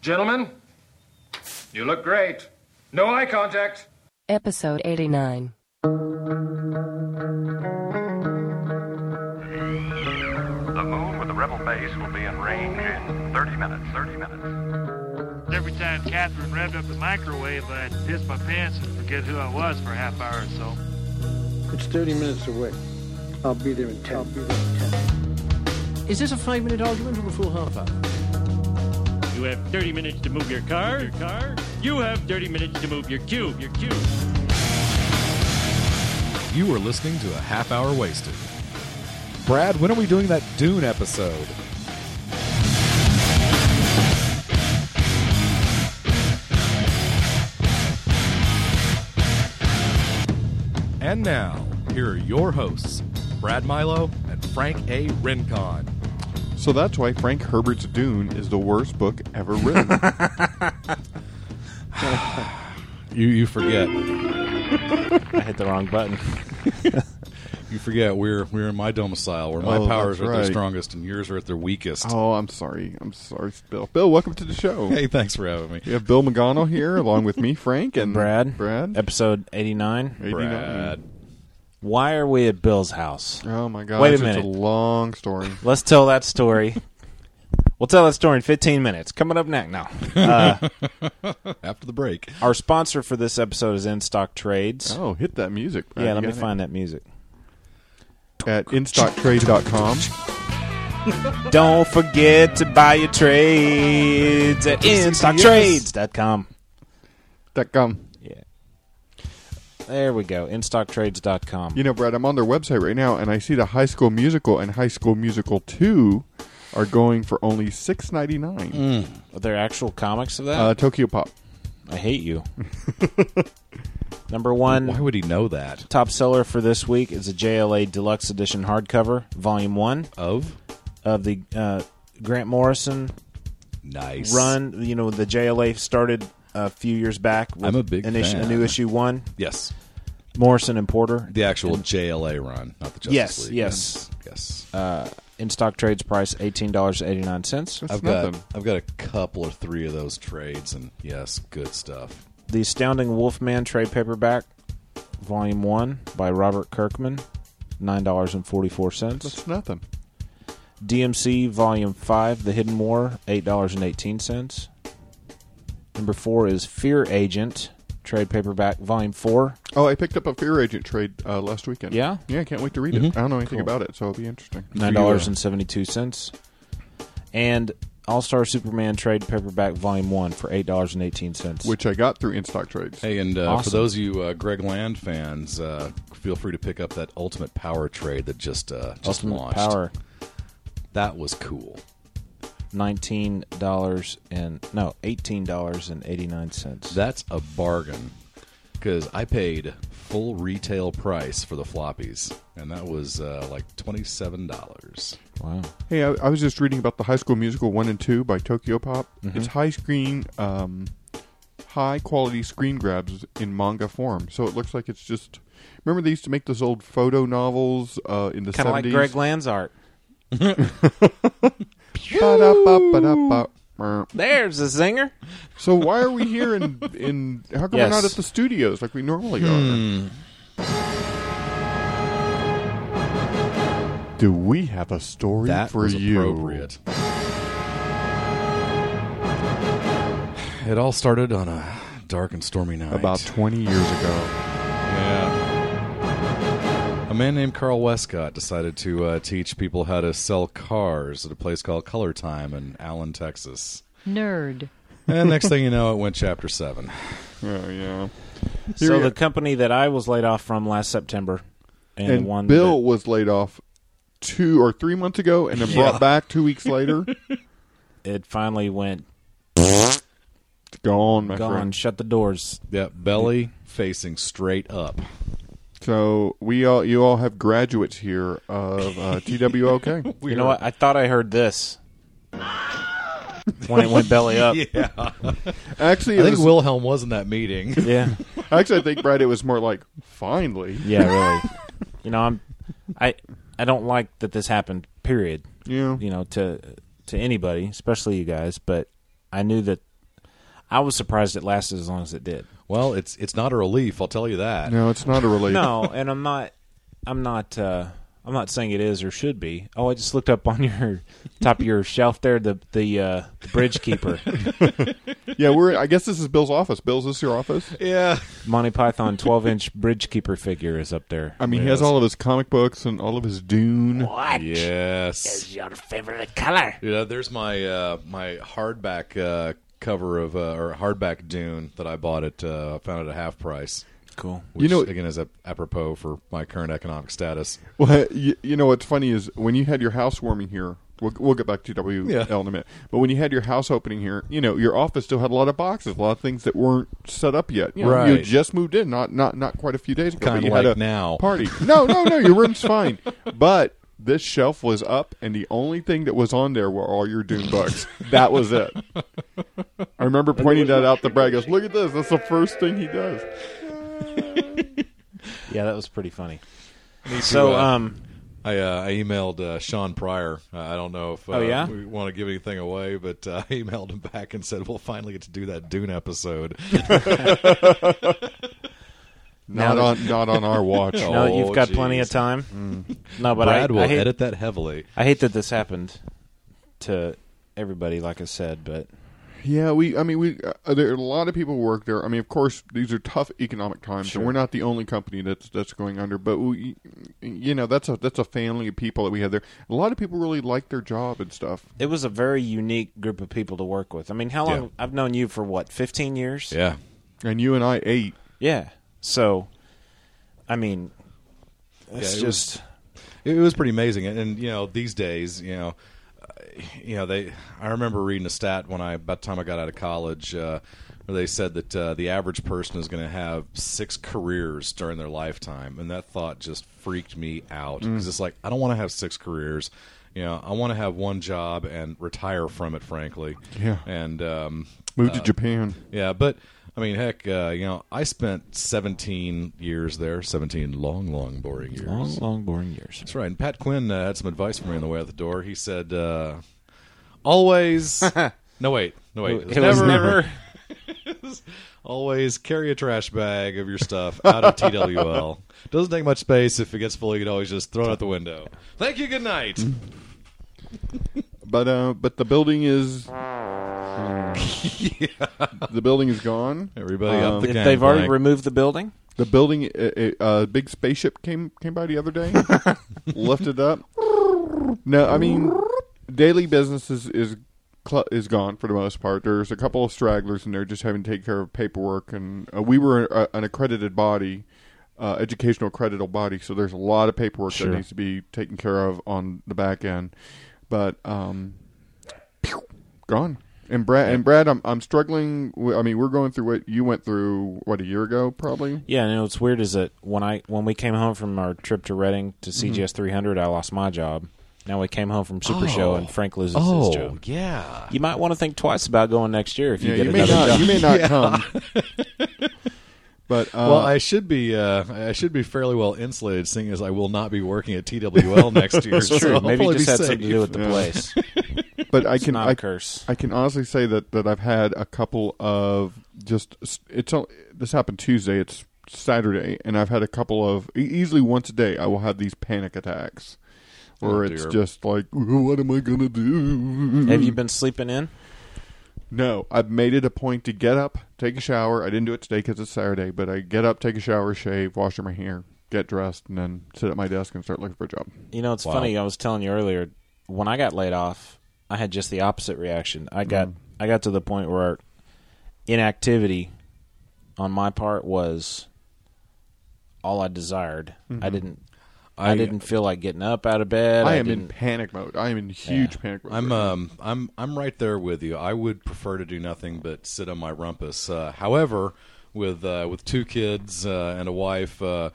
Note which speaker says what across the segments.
Speaker 1: Gentlemen, you look great. No eye contact.
Speaker 2: Episode 89.
Speaker 3: The moon with the rebel base will be in range in 30 minutes. 30 minutes.
Speaker 4: Every time Catherine revved up the microwave, I'd piss my pants and forget who I was for a half hour or so.
Speaker 5: It's 30 minutes away. I'll be there in 10. I'll be there in 10.
Speaker 6: Is this a five minute argument or a full half hour?
Speaker 7: You have 30 minutes to move your car. Your car. You have 30 minutes to move your cube. Your cube.
Speaker 8: You are listening to a half hour wasted. Brad, when are we doing that Dune episode? And now, here are your hosts, Brad Milo and Frank A. Rincon.
Speaker 9: So that's why Frank Herbert's Dune is the worst book ever written.
Speaker 8: You you forget.
Speaker 10: I hit the wrong button.
Speaker 8: You forget we're we're in my domicile where my
Speaker 9: Oh,
Speaker 8: powers are
Speaker 9: that's
Speaker 8: at their
Speaker 9: right.
Speaker 8: strongest and yours are at their weakest.
Speaker 9: oh, I'm sorry. I'm sorry, Bill. Bill, welcome to the show.
Speaker 8: Hey, thanks for having me.
Speaker 9: We have Bill McGonnell here, along with me, Frank, and
Speaker 10: Brad.
Speaker 9: Brad.
Speaker 10: Episode 89.
Speaker 9: 89.
Speaker 8: Brad.
Speaker 10: Why are we at Bill's house?
Speaker 9: Oh my gosh,
Speaker 10: Wait a
Speaker 9: it's
Speaker 10: minute.
Speaker 9: a long story.
Speaker 10: Let's tell that story. we'll tell that story in 15 minutes. Coming up next. Now,
Speaker 8: After the break.
Speaker 10: our sponsor for this episode is In Stock Trades.
Speaker 9: Oh, hit that music. Brad.
Speaker 10: yeah,
Speaker 9: You
Speaker 10: let me
Speaker 9: got it?
Speaker 10: find that music.
Speaker 9: at instocktrade.com.
Speaker 10: Don't forget to buy your trades at InStockTrades.com.
Speaker 9: Dot com.
Speaker 10: Yeah. There we go. InStockTrades.com.
Speaker 9: You know, Brad, I'm on their website right now, and I see the High School Musical and High School Musical 2 are going for only six ninety nine.
Speaker 10: Are there actual comics of that?
Speaker 9: Uh, Tokyo Pop.
Speaker 10: I hate you. Number one.
Speaker 8: Why would he know that?
Speaker 10: Top seller for this week is a JLA Deluxe Edition hardcover, Volume 1
Speaker 8: Of?
Speaker 10: of the uh, Grant Morrison
Speaker 8: Nice.
Speaker 10: run. You know, the JLA started a few years back with
Speaker 8: I'm a big
Speaker 10: an issue- a
Speaker 8: fan.
Speaker 10: new issue 1,
Speaker 8: Yes.
Speaker 10: Morrison and Porter.
Speaker 8: The actual JLA run, not the Justice
Speaker 10: Yes,
Speaker 8: League.
Speaker 10: yes.
Speaker 8: Yes.
Speaker 10: In stock trades price, $18.89.
Speaker 9: That's
Speaker 8: I've got
Speaker 9: nothing.
Speaker 8: I've got a couple or three of those trades and yes, good stuff.
Speaker 10: The Astounding Wolfman trade paperback, Volume 1 by Robert Kirkman. Nine dollars and forty four cents.
Speaker 9: That's nothing.
Speaker 10: DMC Volume Five, The Hidden War, eight dollars and eighteen cents. Number four is Fear Agent, trade paperback, Volume Four.
Speaker 9: Oh, I picked up a Fear Agent trade uh, last weekend.
Speaker 10: Yeah? Mm-hmm.
Speaker 9: Yeah, I can't wait to read it. I don't know anything about it, so it'll be interesting.
Speaker 10: nine dollars and seventy two cents, and All Star Superman trade paperback volume one for eight dollars and eighteen cents.
Speaker 9: Which I got through in stock trades.
Speaker 8: Hey, and uh,
Speaker 10: Awesome.
Speaker 8: for those of you uh, Greg Land fans, uh, feel free to pick up that Ultimate Power trade that just uh, just
Speaker 10: Ultimate
Speaker 8: launched.
Speaker 10: Power
Speaker 8: That was cool.
Speaker 10: nineteen dollars and no eighteen dollars and eighty nine cents.
Speaker 8: That's a bargain because I paid full retail price for the floppies, and that was uh, like twenty seven dollars.
Speaker 10: Wow,
Speaker 9: Hey, I, I was just reading about the High School Musical one and two by Tokyo Pop.
Speaker 10: Mm-hmm.
Speaker 9: It's high screen, um, high quality screen grabs in manga form. So it looks like it's just. Remember they used to make those old photo novels uh, in the
Speaker 10: kind of like
Speaker 9: seventies.
Speaker 10: Greg Land's art. There's a singer.
Speaker 9: So why are we here in in? How come
Speaker 10: Yes.
Speaker 9: we're not at the studios like we normally
Speaker 10: Hmm.
Speaker 9: are? Do we have a story
Speaker 8: That
Speaker 9: for
Speaker 8: was
Speaker 9: you?
Speaker 8: appropriate. It all started on a dark and stormy night.
Speaker 9: About twenty years ago.
Speaker 8: Yeah. A man named Carl Westcott decided to uh, teach people how to sell cars at a place called Color Time in Allen, Texas.
Speaker 2: Nerd.
Speaker 8: And next thing you know, it went chapter seven.
Speaker 9: Oh yeah.
Speaker 10: so
Speaker 9: we
Speaker 10: the
Speaker 9: are.
Speaker 10: company that I was laid off from last September, and,
Speaker 9: and
Speaker 10: the one
Speaker 9: Bill
Speaker 10: that-
Speaker 9: was laid off two or three months ago, and then brought back two weeks later.
Speaker 10: it finally went
Speaker 9: It's gone, my
Speaker 10: gone.
Speaker 9: friend.
Speaker 10: Shut the doors.
Speaker 8: Yeah, belly facing straight up.
Speaker 9: So we all, you all have graduates here of uh, TWOK.
Speaker 10: you know what? I thought I heard this when it went belly up. yeah.
Speaker 9: Actually,
Speaker 8: I
Speaker 9: it
Speaker 8: think
Speaker 9: was,
Speaker 8: Wilhelm was in that meeting.
Speaker 10: yeah,
Speaker 9: actually, I think Brad. It was more like finally.
Speaker 10: really. You know, I'm, I, I don't like that this happened. Period.
Speaker 9: Yeah.
Speaker 10: You know, to to anybody, especially you guys. But I knew that I was surprised it lasted as long as it did.
Speaker 8: Well, it's it's not a relief, I'll tell you that.
Speaker 9: No, it's not a relief.
Speaker 10: No, and I'm not. I'm not. Uh, I'm not saying it is or should be. Oh, I just looked up on your top of your shelf there the the, uh, the bridge keeper
Speaker 9: Yeah, we're. I guess this is Bill's office. Bill's this your office?
Speaker 8: Yeah.
Speaker 10: Monty Python 12 inch bridge keeper figure is up there.
Speaker 9: I mean, he has all of his comic books and all of his Dune.
Speaker 8: Yes.
Speaker 10: your favorite color.
Speaker 8: Yeah, there's my uh, my hardback uh, cover of uh, or hardback Dune that I bought at uh, I found it at half price.
Speaker 10: Cool.
Speaker 8: Which
Speaker 9: know-
Speaker 8: again is ap- apropos for my current economic status.
Speaker 9: Well, you, you know what's funny is when you had your house warming here. We'll, we'll get back to WL
Speaker 8: Yeah.
Speaker 9: in a minute. But when you had your house opening here, you know your office still had a lot of boxes, a lot of things that weren't set up yet. You know,
Speaker 8: Right.
Speaker 9: You just moved in, not not not quite a few days ago. but
Speaker 8: Kinda
Speaker 9: you had
Speaker 8: like
Speaker 9: a
Speaker 8: now.
Speaker 9: Party? No, no, no. Your room's fine. But this shelf was up, and the only thing that was on there were all your Dune books. that was it. I remember pointing that out to Brad. He Goes, look at this. That's the first thing he does.
Speaker 10: Yeah, that was pretty funny.
Speaker 8: Me
Speaker 10: So,
Speaker 8: too, uh,
Speaker 10: um,
Speaker 8: I, uh, I emailed uh, Sean Pryor. Uh, I don't know if uh,
Speaker 10: Oh, yeah?
Speaker 8: we want to give anything away, but uh, I emailed him back and said we'll finally get to do that Dune episode.
Speaker 9: Not
Speaker 10: that-
Speaker 9: on not on our watch.
Speaker 10: no,
Speaker 8: Oh,
Speaker 10: you've got plenty of
Speaker 8: jeez. Mm.
Speaker 10: time. No, but
Speaker 8: Brad
Speaker 10: I,
Speaker 8: will
Speaker 10: I hate,
Speaker 8: edit that heavily.
Speaker 10: I hate that this happened to everybody. Like I said, but
Speaker 9: Yeah, we. I mean, we. Uh, there are a lot of people who work there. I mean, of course, these are tough economic times, and we're not the only company that's that's going under. But we, you know, that's a that's a family of people that we have there. A lot of people really like their job and stuff.
Speaker 10: it was a very unique group of people to work with. I mean, how long?
Speaker 8: Yeah.
Speaker 10: I've known you for what, fifteen years?
Speaker 8: Yeah,
Speaker 9: And you and I ate.
Speaker 10: Yeah. So, I mean, it's
Speaker 8: Yeah, it was-
Speaker 10: just
Speaker 8: it was pretty amazing. And, and you know, these days, you know, uh, you know, they. I remember reading a stat when I about the time I got out of college, uh, where they said that uh, the average person is going to have six careers during their lifetime, and that thought just freaked me out because it's like I don't want to have six careers. You know, I want to have one job and retire from it. Frankly,
Speaker 9: Yeah.
Speaker 8: And um,
Speaker 9: Moved to Japan.
Speaker 8: yeah, but I mean, heck, uh, you know, I spent 17 years there, 17 long, long, boring years.
Speaker 10: long, long, boring years.
Speaker 8: That's right. And Pat Quinn uh, had some advice for me on the way out the door. He said, uh, "Always." no wait, no wait.
Speaker 10: It was never-
Speaker 8: always carry a trash bag of your stuff out of TWL. Doesn't take much space. If it gets full, you can always just throw it out the window. Thank you. Good night.
Speaker 9: But uh, but the building is. The building is gone.
Speaker 8: Everybody
Speaker 9: Um,
Speaker 8: up the
Speaker 10: If they've already
Speaker 8: gangplank.
Speaker 10: removed the building,
Speaker 9: The building, a, a, a big spaceship came came by the other day, lifted up. No, I mean, daily business is is, cl- is gone for the most part. There's a couple of stragglers, and they're just having to take care of paperwork. And uh, we were a, an accredited body, uh, educational accredited body, so there's a lot of paperwork that needs to be taken care of on the back end. But um, pew, gone. And Brad, and Brad, I'm I'm struggling. wi- I mean, we're going through what you went through, what a year ago, probably.
Speaker 10: Yeah, and what's weird is that when I when we came home from our trip to Reading to
Speaker 9: Mm-hmm.
Speaker 10: CGS 300, I lost my job. Now we came home from Super Show, and Frank loses his
Speaker 8: Oh
Speaker 10: job.
Speaker 8: yeah.
Speaker 10: You might want to think twice about going next year if you
Speaker 9: Yeah,
Speaker 10: get
Speaker 9: you may not.
Speaker 10: another job.
Speaker 9: You may not come. But uh,
Speaker 8: Well, I should be uh, I should be fairly well insulated, seeing as I will not be working at TWL next year.
Speaker 10: It's true. Maybe it
Speaker 8: you
Speaker 10: just had something to do with the
Speaker 9: Yeah.
Speaker 10: place.
Speaker 9: but I
Speaker 10: It's
Speaker 9: can
Speaker 10: not
Speaker 9: I,
Speaker 10: a curse.
Speaker 9: I can honestly say that that I've had a couple of just it's on- this happened Tuesday. It's Saturday, and I've had a couple of e- easily once a day. I will have these panic attacks where
Speaker 8: Oh,
Speaker 9: it's
Speaker 8: dear.
Speaker 9: just like, what am I gonna do?
Speaker 10: Have you been sleeping in?
Speaker 9: No, I've made it a point to get up, take a shower. I didn't do it today because it's Saturday, but I get up, take a shower, shave, wash my hair, get dressed, and then sit at my desk and start looking for a job.
Speaker 10: You know, it's funny. I was telling you earlier when I got laid off, I had just the opposite reaction. I
Speaker 9: Mm.
Speaker 10: got I got to the point where inactivity on my part was all I desired. I didn't. I,
Speaker 8: I-
Speaker 10: didn't feel like getting up out of bed.
Speaker 9: Mm-hmm. I, am
Speaker 10: didn't-
Speaker 9: in panic mode. I am in huge panic mode.
Speaker 8: I'm
Speaker 9: right
Speaker 8: um I'm I'm right there with you. I would prefer to do nothing but sit on my rumpus. Uh, however, with uh, with two kids uh, and a wife, uh,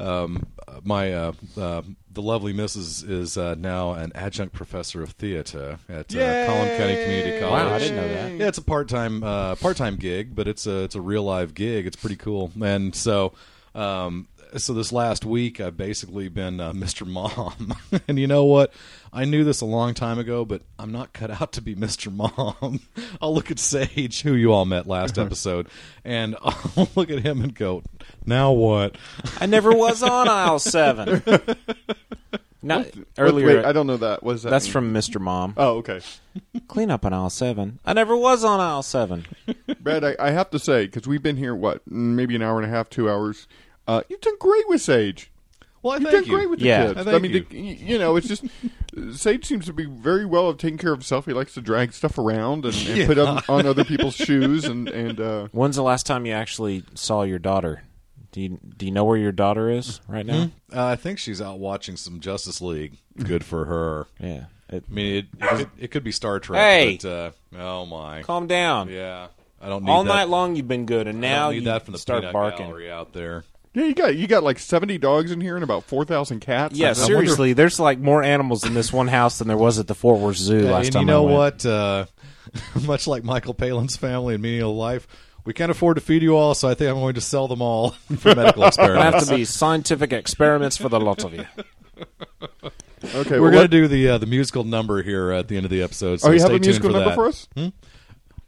Speaker 8: um, my uh, uh, the lovely Mrs. is uh, now an adjunct professor of theater at uh, Collin County Community College.
Speaker 10: I didn't know that.
Speaker 8: Yeah, it's a part time uh, part time gig, but it's a it's a real live gig. It's pretty cool, and so um, so this last week I've basically been uh, Mr. Mom, and you know what? I knew this a long time ago, but I'm not cut out to be Mr. Mom. I'll look at Sage, who you all met last episode, and I'll look at him and go, "Now what?"
Speaker 10: I never was on aisle seven. Not earlier.
Speaker 9: Wait, I don't know that. What does that
Speaker 10: That's
Speaker 9: mean?
Speaker 10: from Mr. Mom.
Speaker 9: Oh, okay.
Speaker 10: Clean up on aisle seven. I never was on aisle seven.
Speaker 9: Brad, I, I have to say, because we've been here, what, mm, maybe an hour and a half, two hours. Uh, you've done great with Sage.
Speaker 8: Well, I
Speaker 9: You've
Speaker 8: thank
Speaker 9: done great with the
Speaker 10: Yeah.
Speaker 9: kids.
Speaker 8: I
Speaker 9: I,
Speaker 8: thank
Speaker 9: mean,
Speaker 8: you.
Speaker 9: the, y- you know, it's just Sage seems to be very well at taking care of himself. He likes to drag stuff around and, and put up on other people's shoes, and and uh,
Speaker 10: When's the last time you actually saw your daughter? Do you, do you know where your daughter is right now?
Speaker 8: Uh, I think she's out watching some Justice League. Good for her.
Speaker 10: Yeah. It,
Speaker 8: I mean, it it could, it could be Star Trek.
Speaker 10: Hey!
Speaker 8: but, uh, oh my,
Speaker 10: calm down.
Speaker 8: yeah. I don't need
Speaker 10: All
Speaker 8: that.
Speaker 10: night long you've been good, and
Speaker 8: I don't
Speaker 10: now
Speaker 8: need
Speaker 10: you
Speaker 8: that from the
Speaker 10: start
Speaker 8: peanut
Speaker 10: barking.
Speaker 8: gallery out there.
Speaker 9: yeah, you got you got like seventy dogs in here and about four thousand cats. I
Speaker 10: Yeah,
Speaker 9: wonder-
Speaker 10: seriously, there's like more animals in this one house than there was at the Fort Worth Zoo
Speaker 8: Yeah,
Speaker 10: last
Speaker 8: and
Speaker 10: time.
Speaker 8: you know
Speaker 10: I went.
Speaker 8: what? Uh, much like Michael Palin's family and menial life, we can't afford to feed you all, so I think I'm going to sell them all for medical
Speaker 10: Gonna have
Speaker 8: experiments.
Speaker 10: to be scientific experiments for the lot of you.
Speaker 8: Oh,
Speaker 9: okay,
Speaker 8: We're
Speaker 9: well,
Speaker 8: going to
Speaker 9: let-
Speaker 8: do the uh, the musical number here at the end of the episode. So
Speaker 9: Oh, you
Speaker 8: stay
Speaker 9: have a
Speaker 8: tuned
Speaker 9: musical
Speaker 8: for
Speaker 9: number
Speaker 8: that.
Speaker 9: for us?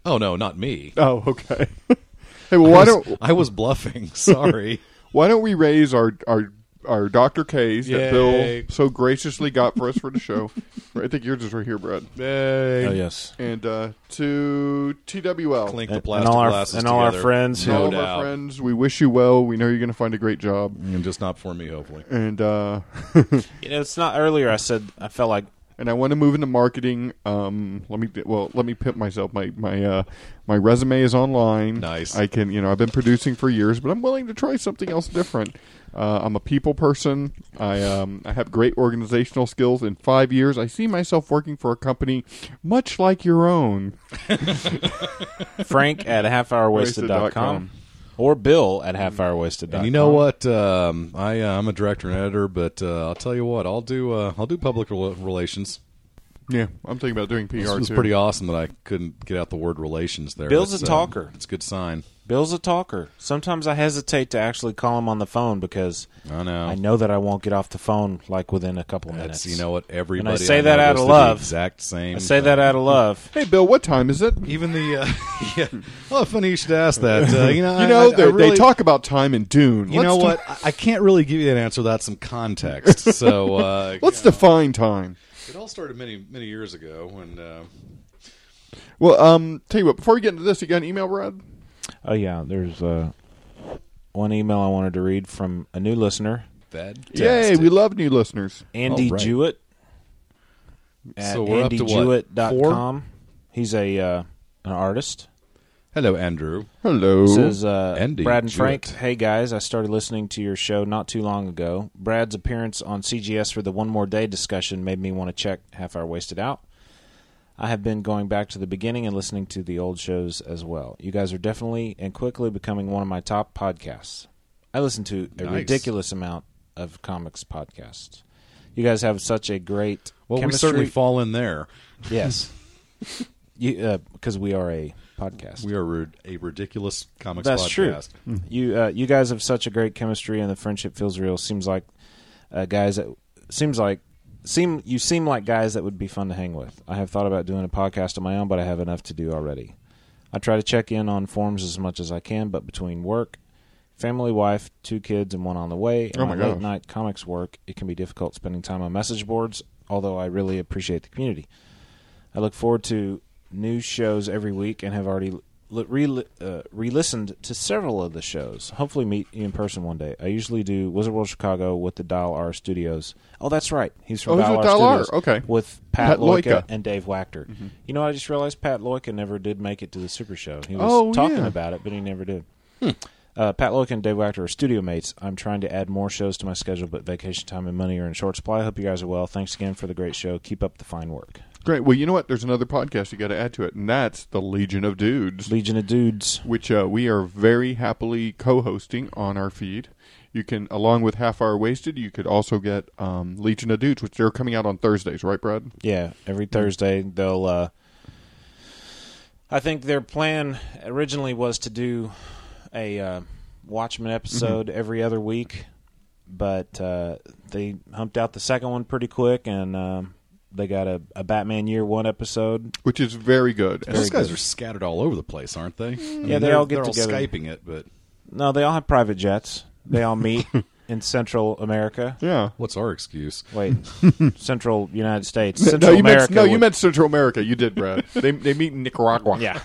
Speaker 8: Oh no, not me.
Speaker 9: Oh, okay. hey, well, why
Speaker 8: I
Speaker 9: don't
Speaker 8: was, I was bluffing. Sorry.
Speaker 9: Why don't we raise our our our Dr. K's that
Speaker 8: Yay.
Speaker 9: Bill so graciously got for us for the show? I think yours is right here, Brad.
Speaker 10: Oh yes,
Speaker 9: And uh, to TWL,
Speaker 8: Clink the
Speaker 10: and
Speaker 8: plastic
Speaker 10: all our
Speaker 8: glasses
Speaker 10: and all our
Speaker 8: together.
Speaker 10: friends
Speaker 9: to all
Speaker 10: who
Speaker 9: of
Speaker 8: doubt.
Speaker 9: our friends, we wish you well. We know you're going to find a great job.
Speaker 8: And just not for me, hopefully.
Speaker 9: And uh,
Speaker 10: you know, it's not earlier. I said I felt like
Speaker 9: and I want to move into marketing. Um, let me well, let me pimp myself. My my uh, my resume is online.
Speaker 8: Nice.
Speaker 9: I can you know I've been producing for years, but I'm willing to try something else different. Uh, I'm a people person. I um, I have great organizational skills. In five years, I see myself working for a company much like your own.
Speaker 10: Frank at halfhourwasted.com
Speaker 9: Wasted.com.
Speaker 10: or Bill at halfhourwasted.com.
Speaker 8: And you know what? Um, I uh, I'm a director and editor, but uh, I'll tell you what. I'll do uh, I'll do public rel- relations.
Speaker 9: Yeah, I'm thinking about doing PR
Speaker 8: This was
Speaker 9: too.
Speaker 8: pretty awesome that I couldn't get out the word relations there.
Speaker 10: Bill's
Speaker 8: That's,
Speaker 10: a
Speaker 8: uh,
Speaker 10: talker.
Speaker 8: It's a good sign.
Speaker 10: Bill's a talker. Sometimes I hesitate to actually call him on the phone because
Speaker 8: I know.
Speaker 10: I know that I won't get off the phone like within a couple minutes.
Speaker 8: That's you know what everybody.
Speaker 10: And I say
Speaker 8: know
Speaker 10: that out
Speaker 8: does
Speaker 10: of
Speaker 8: the
Speaker 10: love.
Speaker 8: Exact same.
Speaker 10: I say that out of love.
Speaker 9: Hey, Bill, what time is it? You
Speaker 8: Even the uh, yeah. Well, funny you should ask that. Uh, you know, I-
Speaker 9: know
Speaker 8: I, I
Speaker 9: they,
Speaker 8: really-
Speaker 9: they talk about time in Dune.
Speaker 8: You
Speaker 9: Let's
Speaker 8: know
Speaker 9: ta-
Speaker 8: what? I I can't really give you an answer without some context. So uh,
Speaker 9: Let's
Speaker 8: you know,
Speaker 9: define time.
Speaker 8: It all started many many years ago when. Uh,
Speaker 9: Well, um, tell you what. Before we get into this, you got an email, Brad?
Speaker 10: Oh yeah, there's uh, one email I wanted to read from a new listener,
Speaker 9: Yay, we love new listeners.
Speaker 10: Andy
Speaker 8: All right.
Speaker 10: Jewett at
Speaker 8: So we're up to what,
Speaker 10: andygewett.com. He's a uh, an artist.
Speaker 8: Hello, Andrew.
Speaker 9: Hello.
Speaker 10: says uh,
Speaker 8: Andy
Speaker 10: Brad and Frank.
Speaker 8: Jewett.
Speaker 10: Hey guys, I started listening to your show not too long ago. Brad's appearance on CGS for the One More Day discussion made me want to check Half Hour Wasted out. I have been going back to the beginning and listening to the old shows as well. You guys are definitely and quickly becoming one of my top podcasts. I listen to a
Speaker 8: Nice.
Speaker 10: ridiculous amount of comics podcasts. You guys have such a great
Speaker 8: Well, we
Speaker 10: chemistry.
Speaker 8: certainly fall in there.
Speaker 10: yes, because we are a podcast.
Speaker 8: We are rid- a ridiculous comics
Speaker 10: That's
Speaker 8: podcast.
Speaker 10: true. You uh, you guys have such a great chemistry, and the friendship feels real. Seems like uh, guys that seems like seem you seem like guys that would be fun to hang with. I have thought about doing a podcast of my own, but I have enough to do already. I try to check in on forums as much as I can, but between work, family, wife, two kids, and one on the way, and
Speaker 9: Oh my
Speaker 10: late
Speaker 9: gosh.
Speaker 10: night comics work, it can be difficult spending time on message boards. Although I really appreciate the community. I look forward to new shows every week and have already li- re- uh, re-listened to several of the shows. Hopefully meet you in person one day. I usually do Wizard World Chicago with the Dial R Studios. Oh, that's right. He's from
Speaker 9: Oh, he's
Speaker 10: Dial,
Speaker 9: with
Speaker 10: R
Speaker 9: Dial R.
Speaker 10: Studios.
Speaker 9: Okay.
Speaker 10: With Pat,
Speaker 9: Pat
Speaker 10: Loika,
Speaker 9: Loika. Mm-hmm.
Speaker 10: and Dave Wachter. You know, I just realized Pat Loika never did make it to the Super Show. He was
Speaker 9: Oh,
Speaker 10: talking
Speaker 9: yeah. Hmm.
Speaker 10: about it, but he never did. Uh, Pat Loika and Dave Wachter are studio mates. I'm trying to add more shows to my schedule, but vacation time and money are in short supply. Hope you guys are well. Thanks again for the great show. Keep up the fine work.
Speaker 9: Great. Well, you know what? There's another podcast you got to add to it, and that's the Legion of Dudes,
Speaker 10: Legion of Dudes.
Speaker 9: which uh, we are very happily co-hosting on our feed. You can, along with Half Hour Wasted, you could also get um, Legion of Dudes, which they're coming out on Thursdays, right, Brad?
Speaker 10: Yeah, every
Speaker 9: Mm-hmm.
Speaker 10: Thursday they'll. Uh, I think their plan
Speaker 9: Mm-hmm.
Speaker 10: originally was to do a uh, Watchmen episode every other week, but uh, they humped out the second one pretty quick, and um, they got a, a Batman Year One episode.
Speaker 9: which is very good.
Speaker 8: And those guys are scattered all over the place, aren't they? I mean,
Speaker 10: Mm. they
Speaker 8: they're-
Speaker 10: all get
Speaker 8: they're
Speaker 10: together.
Speaker 8: Skyping it, but
Speaker 10: No, they all have private jets. They all meet in Central America.
Speaker 9: yeah.
Speaker 8: what's our excuse?
Speaker 10: Wait, Central United States,
Speaker 9: no,
Speaker 10: Central
Speaker 9: you
Speaker 10: America.
Speaker 9: meant no, you
Speaker 10: would-
Speaker 9: meant Central America. You did, Brad. they they meet in Nicaragua.
Speaker 10: yeah,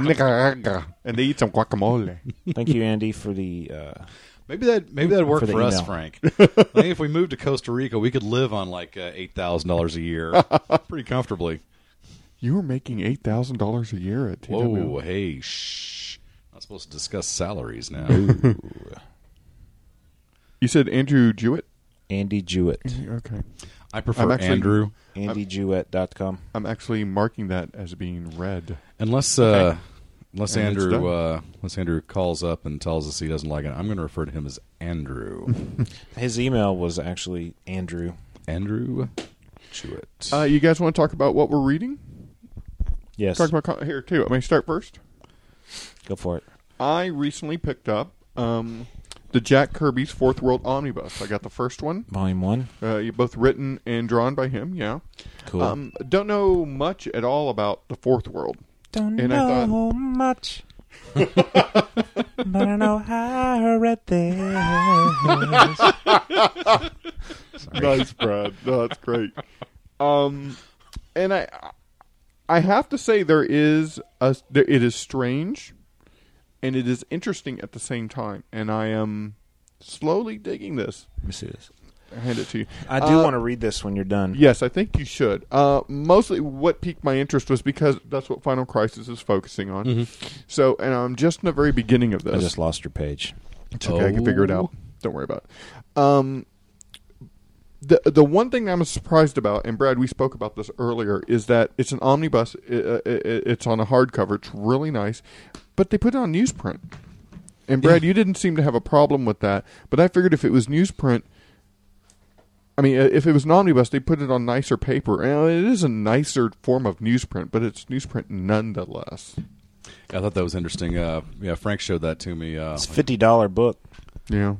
Speaker 9: Nicaragua, and they eat some guacamole.
Speaker 10: Thank you, Andy, for the. Uh,
Speaker 8: Maybe that maybe that'd work
Speaker 10: For
Speaker 8: for,
Speaker 10: the
Speaker 8: us,
Speaker 10: email.
Speaker 8: Frank. I think if we moved to Costa Rica, we could live on like uh, eight thousand dollars a year, pretty comfortably.
Speaker 9: You were making eight thousand dollars a year at TWO.
Speaker 8: Whoa, hey, shh! Not supposed to discuss salaries now.
Speaker 9: You said Andrew Jewett.
Speaker 10: Andy Jewett.
Speaker 9: Okay,
Speaker 8: I prefer
Speaker 9: I'm actually-
Speaker 8: Andrew,
Speaker 10: AndyJewett.com.
Speaker 9: I'm actually marking that as being red.
Speaker 8: unless uh, unless
Speaker 9: And it's
Speaker 8: Andrew
Speaker 9: done.
Speaker 8: uh, unless Andrew calls up and tells us he doesn't like it. I'm going to refer to him as Andrew.
Speaker 10: His email was actually Andrew.
Speaker 8: Andrew Jewett.
Speaker 9: Uh, you guys want to talk about what we're reading?
Speaker 10: Yes,
Speaker 9: Talk about co- here too. I may start first.
Speaker 10: go for it.
Speaker 9: I recently picked up um, the Jack Kirby's Fourth World Omnibus. I got the first one,
Speaker 10: Volume one.
Speaker 9: uh, both written and drawn by him. Yeah.
Speaker 10: Cool.
Speaker 9: Um, don't know much at all about the Fourth World.
Speaker 10: Don't
Speaker 9: And I thought-
Speaker 10: know much, but I know how red there.
Speaker 9: Nice, Brad. No, that's great. Um, and I, I have to say there is a there, it is strange, and it is interesting at the same time. And I am slowly digging this.
Speaker 10: Let me see this.
Speaker 9: I hand it to you.
Speaker 10: I do
Speaker 9: Uh,
Speaker 10: want to read this when you're done.
Speaker 9: Yes, I think you should. Uh, mostly, what piqued my interest was because that's what Final Crisis is focusing on. So, and I'm just in the very beginning of this.
Speaker 10: Mm-hmm. I just lost your page.
Speaker 9: It's okay. I can figure it
Speaker 8: Oh.
Speaker 9: out. Don't worry about it. Um, the the one thing I'm surprised about, and Brad, we spoke about this earlier, is that it's an omnibus. i i- i- it's on a hardcover. It's really nice, but they put it on newsprint. And Brad, you didn't seem to have a problem with that, but I figured if it was newsprint, I mean, uh, if it was an omnibus, they put it on nicer paper. And it is a nicer form of newsprint, but it's newsprint nonetheless.
Speaker 8: I thought that was interesting. Uh, yeah, Frank showed that to me. Uh,
Speaker 10: It's a fifty dollar book
Speaker 9: Yeah,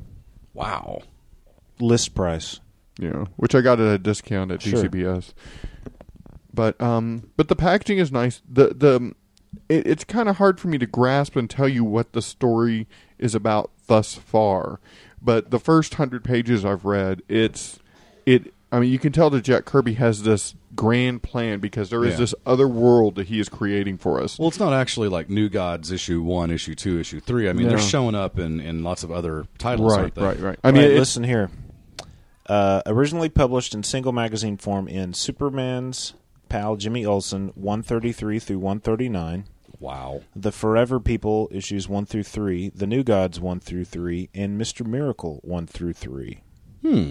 Speaker 8: wow.
Speaker 10: list price.
Speaker 9: Yeah, which I got at a discount at
Speaker 10: Sure.
Speaker 9: DCBS. But um, but the packaging is nice. The the it, it's kind of hard for me to grasp and tell you what the story is about thus far. But the first hundred pages I've read, it's it. I mean, you can tell that Jack Kirby has this grand plan because there is
Speaker 8: Yeah.
Speaker 9: this other world that he is creating for us.
Speaker 8: Well, it's not actually like New Gods issue one, issue two, issue three. I mean, they're
Speaker 9: No.
Speaker 8: showing up in, in lots of other titles,
Speaker 9: right,
Speaker 8: aren't they?
Speaker 9: right, right. I mean,
Speaker 10: Right,
Speaker 9: it-
Speaker 10: listen here. Uh, originally published in single magazine form in Superman's pal Jimmy Olsen, one thirty three through one thirty nine.
Speaker 8: Wow.
Speaker 10: The Forever People issues 1 through 3, The New Gods 1 through 3, and Mr. Miracle 1 through 3.
Speaker 9: and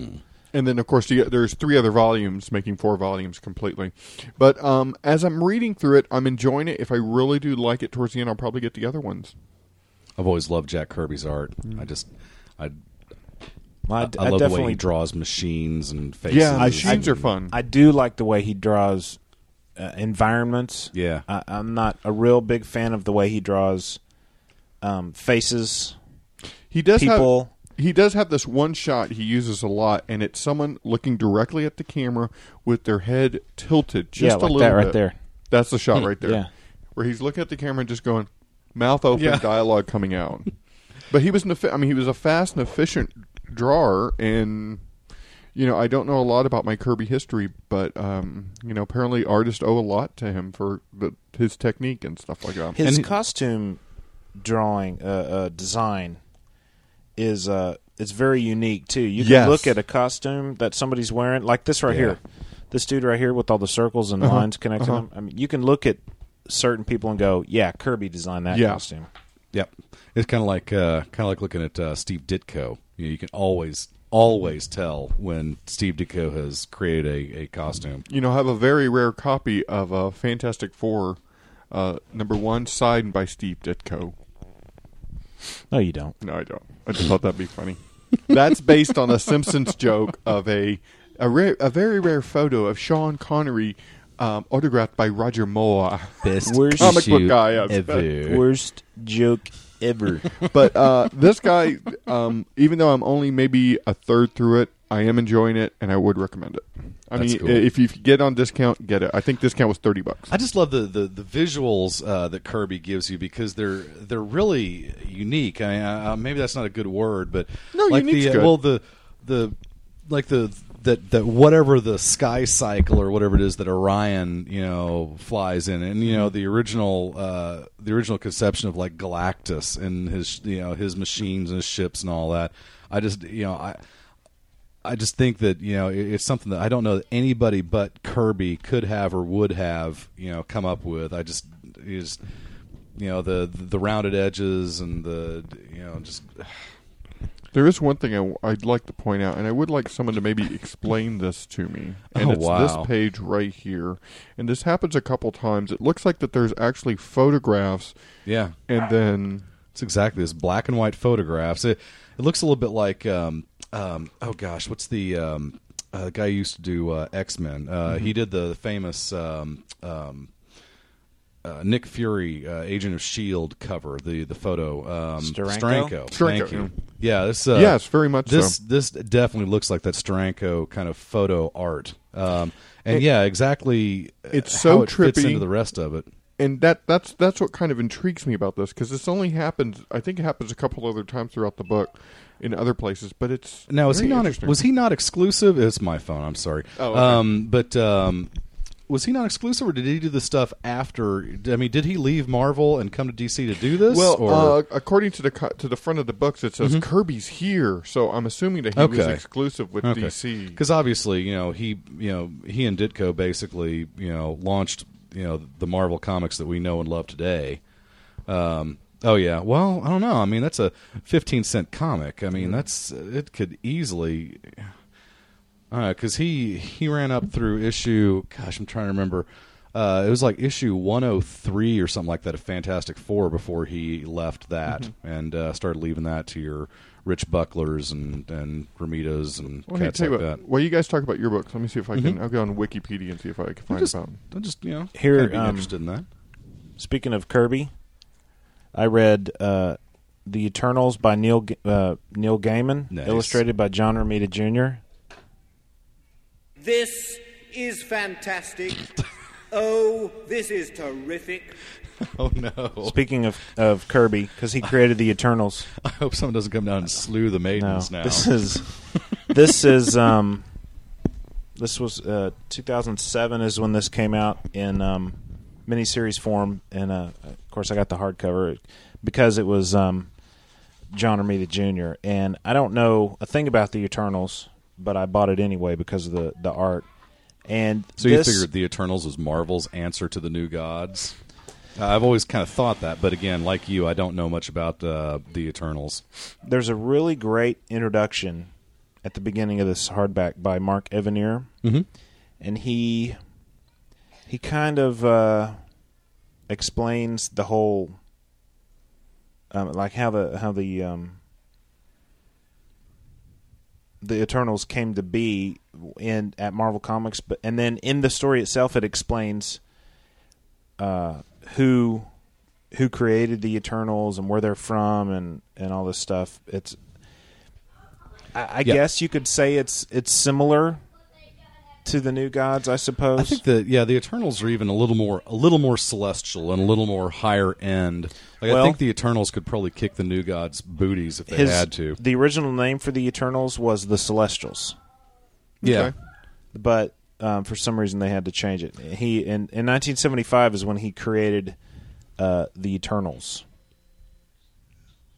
Speaker 9: then of course the, there's three other volumes making four volumes completely but um, as i'm reading through it i'm enjoying it if i really do like it towards the end i'll probably get the other ones
Speaker 8: I've always loved Jack Kirby's art.
Speaker 9: Mm.
Speaker 8: I just, I,
Speaker 10: I,
Speaker 8: I,
Speaker 10: d-
Speaker 8: I love the
Speaker 10: I
Speaker 8: way
Speaker 10: definitely
Speaker 8: he draws machines and faces.
Speaker 9: yeah
Speaker 8: and-
Speaker 9: machines are fun
Speaker 10: I do like the way he draws uh, environments.
Speaker 8: Yeah.
Speaker 10: I, I'm not a real big fan of the way he draws um, faces.
Speaker 9: he does
Speaker 10: people-
Speaker 9: have he does have this one shot he uses a lot and it's someone looking directly at the camera with their head tilted just
Speaker 10: Yeah,
Speaker 9: a
Speaker 10: like
Speaker 9: little
Speaker 10: that right
Speaker 9: bit.
Speaker 10: there. Hmm,
Speaker 9: that's the shot right there
Speaker 10: yeah.
Speaker 9: where he's looking at the camera and just going mouth open
Speaker 8: Yeah.
Speaker 9: dialogue coming out but he was an effi- i mean he was a fast and efficient drawer and you know i don't know a lot about my kirby history but um, you know apparently artists owe a lot to him for the, his technique and stuff like that
Speaker 10: His
Speaker 8: And-
Speaker 10: costume drawing uh, uh, design is uh, it's very unique too. You can
Speaker 9: Yes.
Speaker 10: look at a costume that somebody's wearing, like this right here, this dude right here with all the circles and lines connecting them. I mean, you can look at certain people and go, "Yeah, Kirby designed that
Speaker 9: Yeah.
Speaker 10: costume."
Speaker 8: Yep. It's kind of like uh, kind of like looking at uh, Steve Ditko. You, know, you can always always tell when Steve Ditko has created a, a costume.
Speaker 9: you know I have a very rare copy of uh, fantastic four uh, number one signed by steve ditko
Speaker 10: No, you don't.
Speaker 9: No, I don't. I just thought that'd be funny. That's based on a Simpsons joke of a a, rare, a very rare photo of Sean Connery um, autographed by Roger Moore.
Speaker 8: Best
Speaker 10: Where's
Speaker 9: comic book guy I've-
Speaker 8: ever.
Speaker 10: Worst joke ever.
Speaker 9: But uh, this guy, um, even though I'm only maybe a third through it, I am enjoying it, and I would recommend it. I
Speaker 8: That's
Speaker 9: mean,
Speaker 8: cool.
Speaker 9: if you get on discount, get it. I think discount was thirty bucks.
Speaker 8: I just love the the, the visuals uh, that Kirby gives you because they're they're really unique. I mean, uh, maybe that's not a good word, but
Speaker 9: No,
Speaker 8: like
Speaker 9: unique's
Speaker 8: the uh,
Speaker 9: good.
Speaker 8: well the the like the that that whatever the sky cycle or whatever it is that Orion you know flies in, and you
Speaker 9: Mm-hmm.
Speaker 8: know the original uh, the original conception of like Galactus and his you know his machines and his ships and all that. I just you know I. I just think that you know it- it's something that I don't know that anybody but Kirby could have or would have you know come up with. I just is you know the the rounded edges and the you know just
Speaker 9: There is one thing I, would like to point out, and I would like someone to maybe explain this to me. And
Speaker 8: Oh,
Speaker 9: it's
Speaker 8: wow.
Speaker 9: this page right here. And this happens a couple times. It looks like that there's actually photographs,
Speaker 8: yeah
Speaker 9: and then
Speaker 8: it's exactly this black and white photographs. It it looks a little bit like um um oh gosh what's the um uh, the guy who used to do uh, X Men uh, he did the famous um um uh, Nick Fury, uh, Agent of Shield cover the the photo. Um,
Speaker 10: Steranko?
Speaker 8: thank
Speaker 9: Steranko,
Speaker 8: you. Yeah, this. Uh,
Speaker 9: Yes, very much
Speaker 8: This
Speaker 9: so.
Speaker 8: this definitely looks like that Stranko kind of photo art. Um, and yeah, exactly. uh,
Speaker 9: It's
Speaker 8: how
Speaker 9: so
Speaker 8: it Fits
Speaker 9: trippy.
Speaker 8: into the rest of it.
Speaker 9: and that that's that's what kind of intrigues me about this because this only happens. I think it happens a couple other times throughout the book, in other places. But it's
Speaker 8: Now is he
Speaker 9: very
Speaker 8: not
Speaker 9: interesting.
Speaker 8: was he not exclusive? It's my phone. I'm sorry.
Speaker 9: Oh, okay.
Speaker 8: um, but um, was he not exclusive, or did he do the stuff after? I mean, did he leave Marvel and come to DC to do this?
Speaker 9: Well,
Speaker 8: or, Mm-hmm.
Speaker 9: uh, according to the co- to the front of the books, it says Kirby's here, so I'm assuming that he was
Speaker 8: Okay.
Speaker 9: exclusive with DC.
Speaker 8: Because obviously, you know, he, you know, he and Ditko basically, you know, launched, you know, the Marvel comics that we know and love today. Um, oh yeah. Well, I don't know. I mean, that's a 15 cent comic. I
Speaker 9: Mm-hmm.
Speaker 8: mean, that's it could easily because Uh, he he ran up through issue. Gosh, I'm trying to remember. Uh, it was like issue 103 or something like that of Fantastic Four before he left that
Speaker 9: Mm-hmm.
Speaker 8: and uh, started leaving that to your Rich Bucklers and and Ramitas and
Speaker 9: Well, hey,
Speaker 8: cats
Speaker 9: tell you
Speaker 8: like
Speaker 9: what,
Speaker 8: that. Mm-hmm.
Speaker 9: While you guys talk about your books, let me see if I can. I'll go on Wikipedia and see if I can find
Speaker 8: just,
Speaker 9: about.
Speaker 8: I'm just you know
Speaker 10: Here,
Speaker 8: here be
Speaker 10: um,
Speaker 8: interested in that.
Speaker 10: Speaking of Kirby, I read uh, The Eternals by Neil Ga- uh, Neil Gaiman,
Speaker 8: Nice.
Speaker 10: illustrated by John Romita Jr.
Speaker 11: This is fantastic. oh, this is terrific.
Speaker 8: Oh no!
Speaker 10: Speaking of, of Kirby, because he created The Eternals.
Speaker 8: I hope someone doesn't come down and slew the
Speaker 10: No,
Speaker 8: maidens now.
Speaker 10: this is this is um, this was uh, 2007 is when this came out in um, miniseries form, and uh, of course I got the hardcover because it was um, John Romita Jr. and I don't know a thing about the Eternals, but I bought it anyway because of the the art. And
Speaker 8: so
Speaker 10: this,
Speaker 8: you figured the Eternals was Marvel's answer to the New Gods? Uh, I've always kind of thought that, but again, like you, I don't know much about uh, the Eternals.
Speaker 10: there's a really great introduction at the beginning of this hardback by Mark Evanier, mm-hmm. and he he kind of uh, explains the whole um, like how the how the um, the Eternals came to be in at Marvel Comics, but and then in the story itself, it explains uh, who who created the Eternals and where they're from and and all this stuff. It's I, I
Speaker 8: Yeah.
Speaker 10: guess you could say it's it's similar to the New Gods, I suppose.
Speaker 8: I think that yeah, the Eternals are even a little more a little more celestial and a little more higher end. Like I
Speaker 10: Well-
Speaker 8: think the Eternals could probably kick the New Gods' booties if they
Speaker 10: His-
Speaker 8: had to.
Speaker 10: The original name for the Eternals was the Celestials.
Speaker 8: Yeah,
Speaker 9: Okay.
Speaker 10: but um, for some reason they had to change it. He in, in 1975 is when he created uh, the Eternals.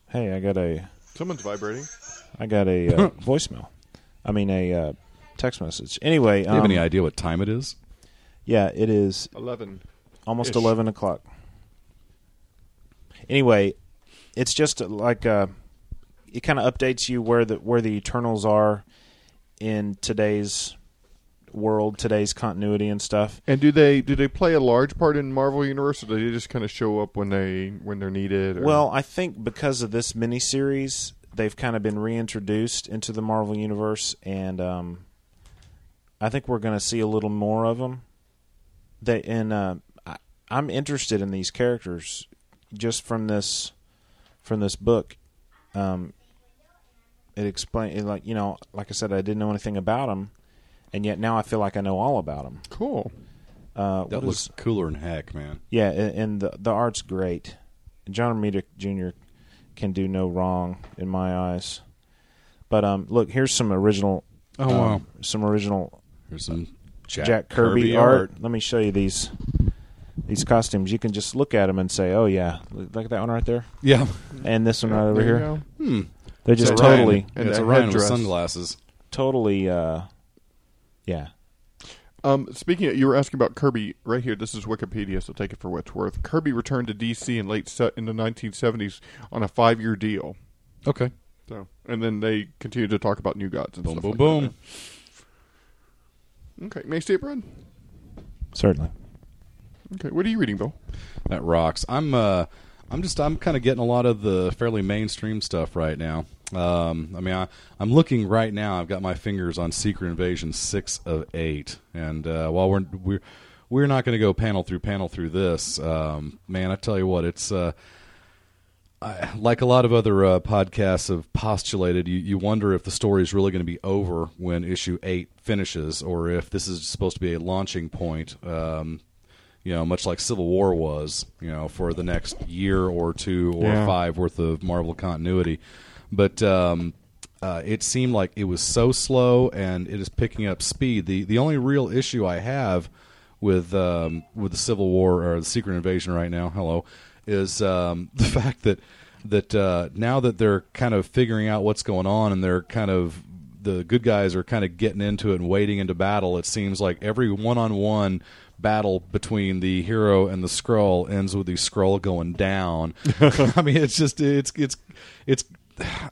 Speaker 10: Hey, I got a
Speaker 9: Someone's vibrating.
Speaker 10: I got a uh, voicemail. I mean a uh, text message. Anyway,
Speaker 8: Do you have
Speaker 10: um,
Speaker 8: any idea what time it is?
Speaker 10: yeah, it is
Speaker 9: Eleven.
Speaker 10: almost
Speaker 9: Ish.
Speaker 10: 11 o'clock anyway it's just like uh, it kind of updates you where the where the eternals are in today's world today's continuity and stuff
Speaker 9: And do they do they play a large part in Marvel Universe, or do they just kind of show up when they when they're needed? Or?
Speaker 10: well i think because of this miniseries they've kind of been reintroduced into the marvel universe and um, i think we're going to see a little more of them they and uh, I, i'm interested in these characters just from this from this book. Um, it explained it like you know, like I said, I didn't know anything about them, and yet now I feel like I know all about them.
Speaker 9: Cool.
Speaker 10: Uh,
Speaker 8: That
Speaker 10: what
Speaker 8: looks
Speaker 10: was-
Speaker 8: cooler than heck, man.
Speaker 10: yeah, a- and the the art's great. John Romita Jr. can do no wrong in my eyes. But um, look, here's some original.
Speaker 8: Oh,
Speaker 10: um,
Speaker 8: wow.
Speaker 10: Some original
Speaker 8: Here's some Jack,
Speaker 10: Jack, Kirby, art. Let me show you these these costumes. You can just look at them and say, "Oh yeah, look at that one right there."
Speaker 8: Yeah.
Speaker 10: and this one right over
Speaker 9: There you
Speaker 10: here.
Speaker 9: go.
Speaker 8: Hmm.
Speaker 10: They're just
Speaker 8: It's a Ryan-
Speaker 10: totally,
Speaker 9: And
Speaker 8: it's
Speaker 9: that
Speaker 8: a Ryan with
Speaker 9: headdress.
Speaker 8: sunglasses.
Speaker 10: totally. uh Yeah,
Speaker 9: Um, speaking of, you were asking about Kirby right here. This is Wikipedia, so take it for what it's worth. Kirby returned to DC in late se- in the 1970s on a five-year deal.
Speaker 8: Okay.
Speaker 9: So, and then they continued to talk about New Gods and
Speaker 8: Boom,
Speaker 9: stuff
Speaker 8: boom,
Speaker 9: like
Speaker 8: boom.
Speaker 9: that. Okay, may I see it, Brad?
Speaker 10: certainly.
Speaker 9: Okay, what are you reading, Bill?
Speaker 8: That rocks. I'm uh I'm just I'm kind of getting a lot of the fairly mainstream stuff right now. Um, I mean, I, I'm looking right now. I've got my fingers on Secret Invasion six of eight, and uh, while we're we're we're not going to go panel through panel through this, um, man, I tell you what, it's uh, I, like a lot of other uh, podcasts have postulated, you, you wonder if the story is really going to be over when issue eight finishes, or if this is supposed to be a launching point. Um, you know, much like Civil War was, you know, for the next year or two or
Speaker 9: Yeah.
Speaker 8: five worth of Marvel continuity. But um, uh, it seemed like it was so slow, and it is picking up speed. the The only real issue I have with um, with the Civil War or the Secret Invasion right now, hello, is um, the fact that that uh, now that they're kind of figuring out what's going on, and they're kind of the good guys are kind of getting into it and wading into battle. It seems like every one on one battle between the hero and the scroll ends with the scroll going down. I mean, it's just it's it's it's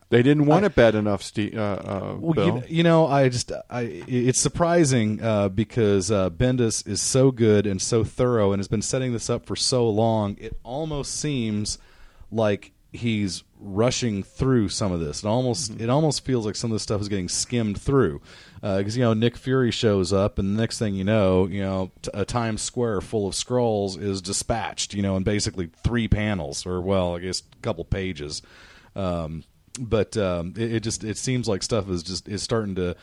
Speaker 9: They didn't want it bad enough, Steve. Uh, uh,
Speaker 8: well,
Speaker 9: Bill.
Speaker 8: you, you know, I just I it's surprising uh, because uh, Bendis is so good and so thorough and has been setting this up for so long. It almost seems like he's rushing through some of this. It almost it almost feels like some of this stuff is getting skimmed through because you know Nick Fury shows up and the next thing you know, you know, t- a Times Square full of scrolls is dispatched. You know, in basically three panels or well, I guess a couple pages um, but um, it, it just it seems like stuff is just is starting to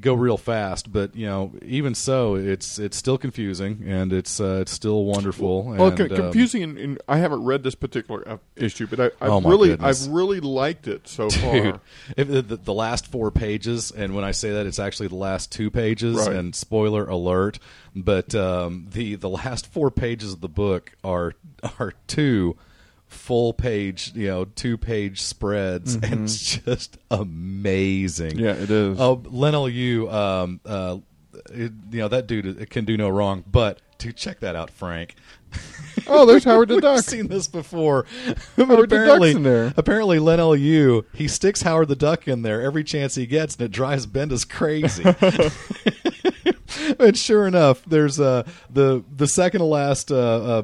Speaker 8: go real fast. But you know, even so, it's it's still confusing and it's uh, it's still wonderful.
Speaker 9: Well,
Speaker 8: and,
Speaker 9: co-
Speaker 8: um,
Speaker 9: confusing, and, and I haven't read this particular uh, issue, but I, I've
Speaker 8: Oh, my
Speaker 9: really,
Speaker 8: goodness.
Speaker 9: I've really liked it so
Speaker 8: Dude,
Speaker 9: far.
Speaker 8: if the, the, the last four pages, and when I say that, it's actually the last two pages.
Speaker 9: Right.
Speaker 8: And spoiler alert, but um, the the last four pages of the book are are two full page, you know, two page spreads, and it's just amazing.
Speaker 9: Mm-hmm. Yeah, it is.
Speaker 8: Oh, Lionel, you, um, uh, it, you know that dude can do no wrong, but. To check that out, Frank.
Speaker 9: Oh, there's Howard the Duck.
Speaker 8: I've seen this before.
Speaker 9: Howard the Duck's
Speaker 8: apparently-
Speaker 9: in there.
Speaker 8: Apparently, Len LU, he sticks Howard the Duck in there every chance he gets, and it drives Bendis crazy. and sure enough, there's uh, the the second to last uh, uh,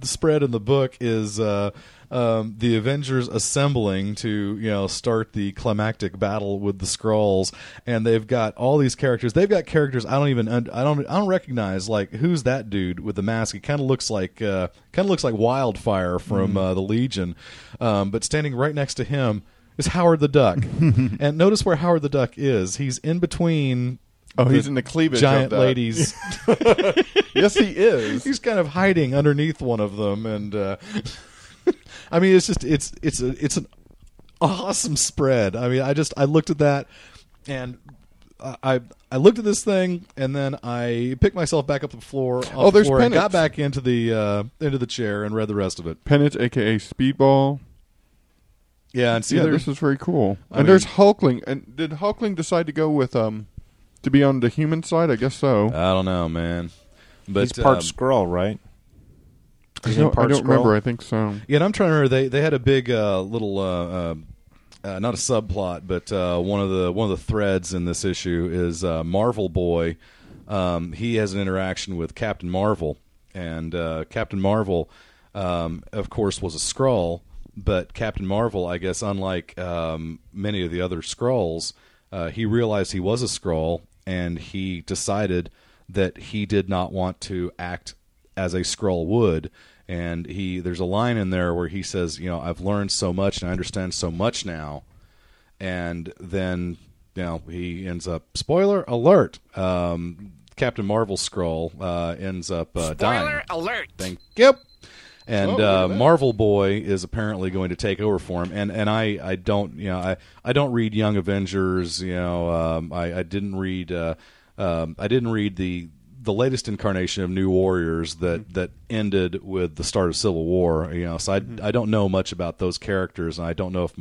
Speaker 8: spread in the book is uh, um, the Avengers assembling to you know start the climactic battle with the Skrulls, and they've got all these characters. They've got characters I don't even un- I don't I don't recognize. Like who's that dude with the mask? He kind of looks like uh, kind of looks like Wildfire from uh, the Legion, um, but standing right next to him. Is Howard the Duck, and notice where Howard the Duck is. He's in between
Speaker 9: Oh, he's in the cleavage of
Speaker 8: giant
Speaker 9: that.
Speaker 8: ladies.
Speaker 9: yes, he is.
Speaker 8: He's kind of hiding underneath one of them, and uh, I mean, it's just it's it's a, it's an awesome spread. I mean, I just I looked at that, and I I- I looked at this thing, and then I picked myself back up the floor. Off
Speaker 9: Oh,
Speaker 8: the
Speaker 9: there's
Speaker 8: floor and
Speaker 9: Penance.
Speaker 8: got back into the uh, into the chair and read the rest of it.
Speaker 9: Pennant, aka Speedball.
Speaker 8: Yeah, and see,
Speaker 9: yeah,
Speaker 8: there-
Speaker 9: this is very cool.
Speaker 8: I
Speaker 9: and there's
Speaker 8: mean-
Speaker 9: Hulkling. And did Hulkling decide to go with um to be on the human side? I guess so.
Speaker 8: I don't know, man, but
Speaker 10: He's part
Speaker 8: um,
Speaker 10: scroll, right?
Speaker 9: I
Speaker 10: He's in
Speaker 9: don't, I
Speaker 10: part
Speaker 9: don't
Speaker 10: Skrull?
Speaker 9: remember. I think so.
Speaker 8: Yeah, and I'm trying to remember. They they had a big uh, little uh, uh, uh, not a subplot, but uh, one of the one of the threads in this issue is uh, Marvel Boy. Um, he has an interaction with Captain Marvel, and uh, Captain Marvel, um, of course, was a Skrull. But Captain Marvel, I guess, unlike um, many of the other Skrulls, uh, he realized he was a Skrull, and he decided that he did not want to act as a scroll would and he there's a line in there where he says, you know, I've learned so much and I understand so much now, and then you know he ends up spoiler alert. Um, Captain Marvel scroll uh, ends up uh, dying.
Speaker 12: Spoiler alert.
Speaker 8: Thank you. And
Speaker 12: Oh, look at
Speaker 8: uh,
Speaker 12: that.
Speaker 8: Marvel Boy is apparently going to take over for him. And and I, I don't you know I, I don't read Young Avengers. You know um, I I didn't read uh, um, I didn't read the the latest incarnation of New Warriors
Speaker 12: Mm-hmm.
Speaker 8: that that ended with the start of Civil War. You know so I
Speaker 12: Mm-hmm.
Speaker 8: I don't know much about those characters and I don't know if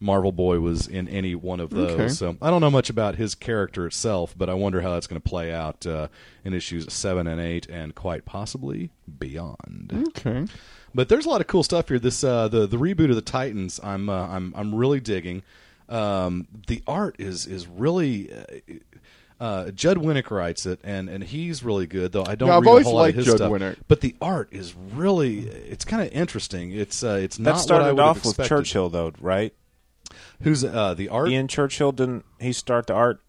Speaker 8: Marvel Boy was in any one of those.
Speaker 9: Okay.
Speaker 8: So I don't know much about his character itself, but I wonder how that's going to play out uh, in issues seven and eight, and quite possibly beyond.
Speaker 9: Okay.
Speaker 8: But there's a lot of cool stuff here. This uh, the the reboot of the Titans. I'm uh, I'm I'm really digging. Um, the art is is really. Uh, uh, Judd Winnick writes it, and, and he's really good. Though I don't.
Speaker 9: Yeah, I've
Speaker 8: read a
Speaker 9: always
Speaker 8: whole lot of
Speaker 9: liked
Speaker 8: his
Speaker 9: Judd
Speaker 8: stuff,
Speaker 9: Winnick.
Speaker 8: but the art is really it's kind of interesting. It's uh, it's not
Speaker 10: that started
Speaker 8: what I would
Speaker 10: off
Speaker 8: have
Speaker 10: with
Speaker 8: expected.
Speaker 10: Churchill, though, right?
Speaker 8: Who's uh, the art?
Speaker 10: Ian Churchill didn't he start the art?